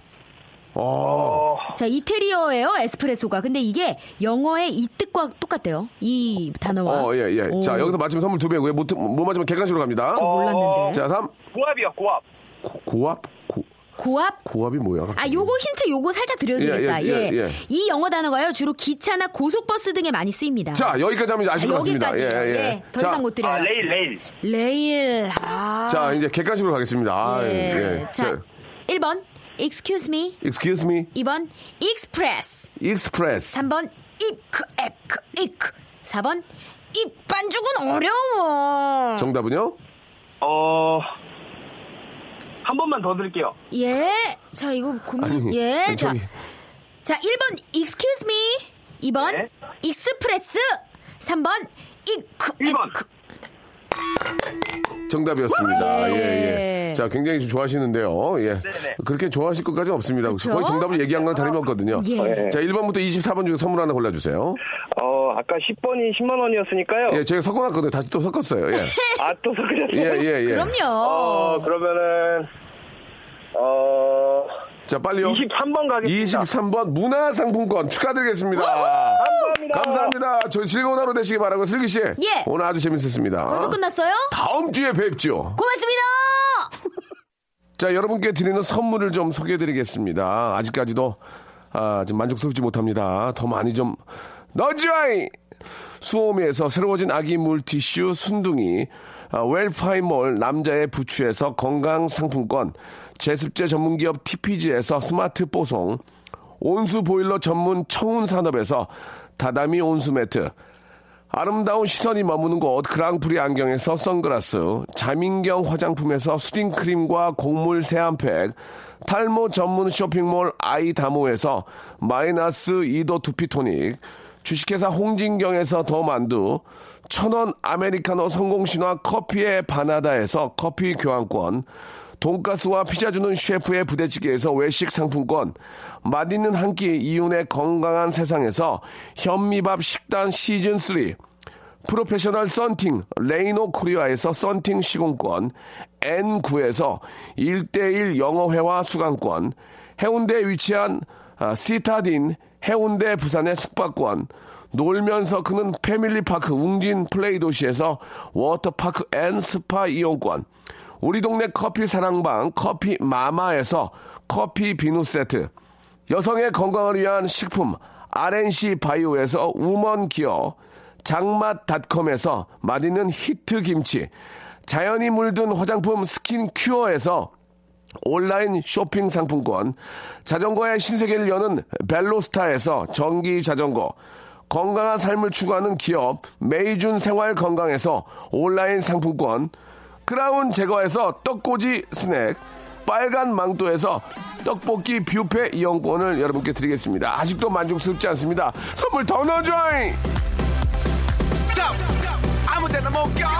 Speaker 2: 어.
Speaker 5: 자, 이태리어예요, 에스프레소가. 근데 이게 영어의 이 뜻과 똑같대요. 이 단어와.
Speaker 2: 어, 예, 예.
Speaker 5: 오.
Speaker 2: 자, 여기서 맞추면 선물 두 배고요. 못, 못 맞추면 객관식으로 갑니다.
Speaker 5: 저 몰랐는데.
Speaker 2: 자, 삼
Speaker 8: 고압이요, 고압.
Speaker 2: 고, 고압? 고,
Speaker 5: 고압?
Speaker 2: 고압이 뭐야?
Speaker 5: 아, 요거 힌트 요거 살짝 드려도
Speaker 2: 예,
Speaker 5: 되겠다.
Speaker 2: 예,
Speaker 5: 예,
Speaker 2: 예, 예.
Speaker 5: 이 영어 단어가요, 주로 기차나 고속버스 등에 많이 쓰입니다.
Speaker 2: 자, 여기까지 하면 이제 아실
Speaker 5: 아,
Speaker 2: 것 같습니다.
Speaker 5: 여기까지요.
Speaker 2: 예, 예.
Speaker 5: 더
Speaker 2: 자,
Speaker 5: 이상 못 드려요.
Speaker 2: 아, 레일,
Speaker 8: 레일.
Speaker 5: 레일. 아.
Speaker 2: 자, 이제 객관식으로 가겠습니다. 아,
Speaker 5: 예.
Speaker 2: 예. 예.
Speaker 5: 자, 1번, excuse me.
Speaker 2: excuse me,
Speaker 5: 2번, express.
Speaker 2: express.
Speaker 5: 3번, 이크, 에크, 이크. 4번, 입 반죽은 어려워.
Speaker 2: 정답은요?
Speaker 8: 어, 한 번만 더 드릴게요.
Speaker 5: 예. 자, 이거 고민.
Speaker 8: 아니,
Speaker 5: 예. 자.
Speaker 8: 저기.
Speaker 5: 자, 1번 excuse me. 2번 익스프레스. 3번 이크. 1번.
Speaker 2: 정답이었습니다.
Speaker 5: 예.
Speaker 2: 예, 예. 자, 굉장히 좀 좋아하시는데요. 예. 그렇게 좋아하실 것까지는 없습니다.
Speaker 8: 그쵸?
Speaker 2: 거의 정답을 얘기한 건 다름없거든요.
Speaker 8: 예.
Speaker 2: 자, 1번부터 24번 중에 선물 하나 골라주세요.
Speaker 8: 어, 아까 10번이 10만 원이었으니까요.
Speaker 2: 예, 제가 섞어놨거든요. 다시 또 섞었어요. 예.
Speaker 8: 아, 또
Speaker 2: 예,
Speaker 8: 섞으셨어요?
Speaker 2: 예, 예. 그럼요.
Speaker 8: 어, 그러면은, 어,
Speaker 2: 자, 빨리요.
Speaker 8: 23번 가겠습니다.
Speaker 2: 23번 문화상품권 축하드리겠습니다.
Speaker 8: 감사합니다.
Speaker 2: 감사합니다. 저희 즐거운 하루 되시기 바라고 슬기 씨.
Speaker 5: 예.
Speaker 2: 오늘 아주 재밌었습니다.
Speaker 5: 벌써 끝났어요?
Speaker 2: 다음 주에 뵙죠.
Speaker 5: 고맙습니다.
Speaker 2: 자, 여러분께 드리는 선물을 좀 소개해 드리겠습니다. 아직까지도 아, 좀 만족스럽지 못합니다. 더 많이 좀 너지와이 수오미에서 새로워진 아기 물티슈 순둥이 아, 웰파이몰 남자의 부추에서 건강 상품권 제습제 전문기업 TPG에서 스마트 뽀송 온수 보일러 전문 청운 산업에서 다다미 온수 매트 아름다운 시선이 머무는 곳 그랑프리 안경에서 선글라스 자민경 화장품에서 수딩크림과 곡물 세안팩 탈모 전문 쇼핑몰 아이다모에서 마이너스 2도 두피토닉 주식회사 홍진경에서 더 만두 천원 아메리카노 성공신화 커피의 바나다에서 커피 교환권 돈가스와 피자 주는 셰프의 부대찌개에서 외식 상품권, 맛있는 한 끼 이윤의 건강한 세상에서 현미밥 식단 시즌 3, 프로페셔널 썬팅 레이노 코리아에서 썬팅 시공권, N9에서 1대1 영어회화 수강권, 해운대에 위치한 아, 시타딘 해운대 부산의 숙박권, 놀면서 크는 패밀리파크 웅진 플레이 도시에서 워터파크 앤 스파 이용권, 우리 동네 커피 사랑방 커피 마마에서 커피 비누 세트 여성의 건강을 위한 식품 RNC 바이오에서 우먼 기어 장맛닷컴에서 맛있는 히트 김치 자연이 물든 화장품 스킨 큐어에서 온라인 쇼핑 상품권, 자전거의 신세계를 여는 벨로스타에서 전기 자전거, 건강한 삶을 추구하는 기업 메이준 생활 건강에서 온라인 상품권, 크라운 제거에서 떡꼬지 스낵, 빨간 망토에서 떡볶이 뷔페 이용권을 여러분께 드리겠습니다. 아직도 만족스럽지 않습니다. 선물 더 넣어줘잉!
Speaker 1: 아무 데나 못 가.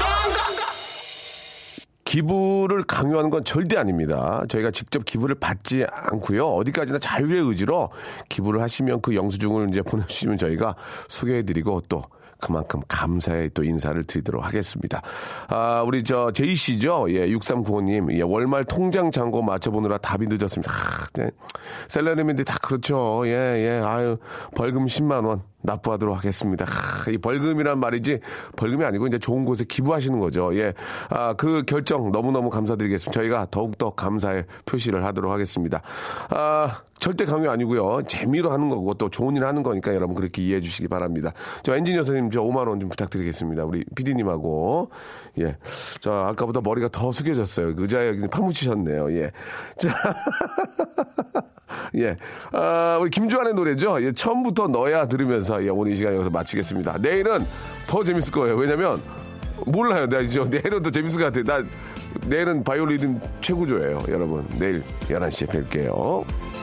Speaker 2: 기부를 강요하는 건 절대 아닙니다. 저희가 직접 기부를 받지 않고요. 어디까지나 자유의 의지로 기부를 하시면 그 영수증을 이제 보내주시면 저희가 소개해드리고 또 그만큼 감사의 또 인사를 드리도록 하겠습니다. 아, 우리 저 제이 씨죠? 예, 6395님. 예, 월말 통장 잔고 맞춰보느라 답이 늦었습니다. 하, 네. 셀러리맨들 다 그렇죠. 예, 예. 아유, 벌금 10만원. 납부하도록 하겠습니다. 하, 이 벌금이란 말이지 벌금이 아니고 이제 좋은 곳에 기부하시는 거죠. 예, 아, 그 결정 너무너무 감사드리겠습니다. 저희가 더욱더 감사의 표시를 하도록 하겠습니다. 아, 절대 강요 아니고요. 재미로 하는 거고 또 좋은 일 하는 거니까 여러분 그렇게 이해해 주시기 바랍니다. 저 엔지니어 선생님 저 5만 원 좀 부탁드리겠습니다. 우리 PD님하고 예, 저 아까보다 머리가 더 숙여졌어요. 의자에 그냥 파묻히셨네요. 예, 자. 예. 아, 우리 김주환의 노래죠. 예, 처음부터 넣어야 들으면서 예, 오늘 이 시간 여기서 마치겠습니다. 내일은 더 재밌을 거예요. 왜냐면 몰라요. 나 이제 내일은 더 재밌을 것 같아요. 나 내일은 바이올리듬 최고조예요. 여러분, 내일 11시에 뵐게요.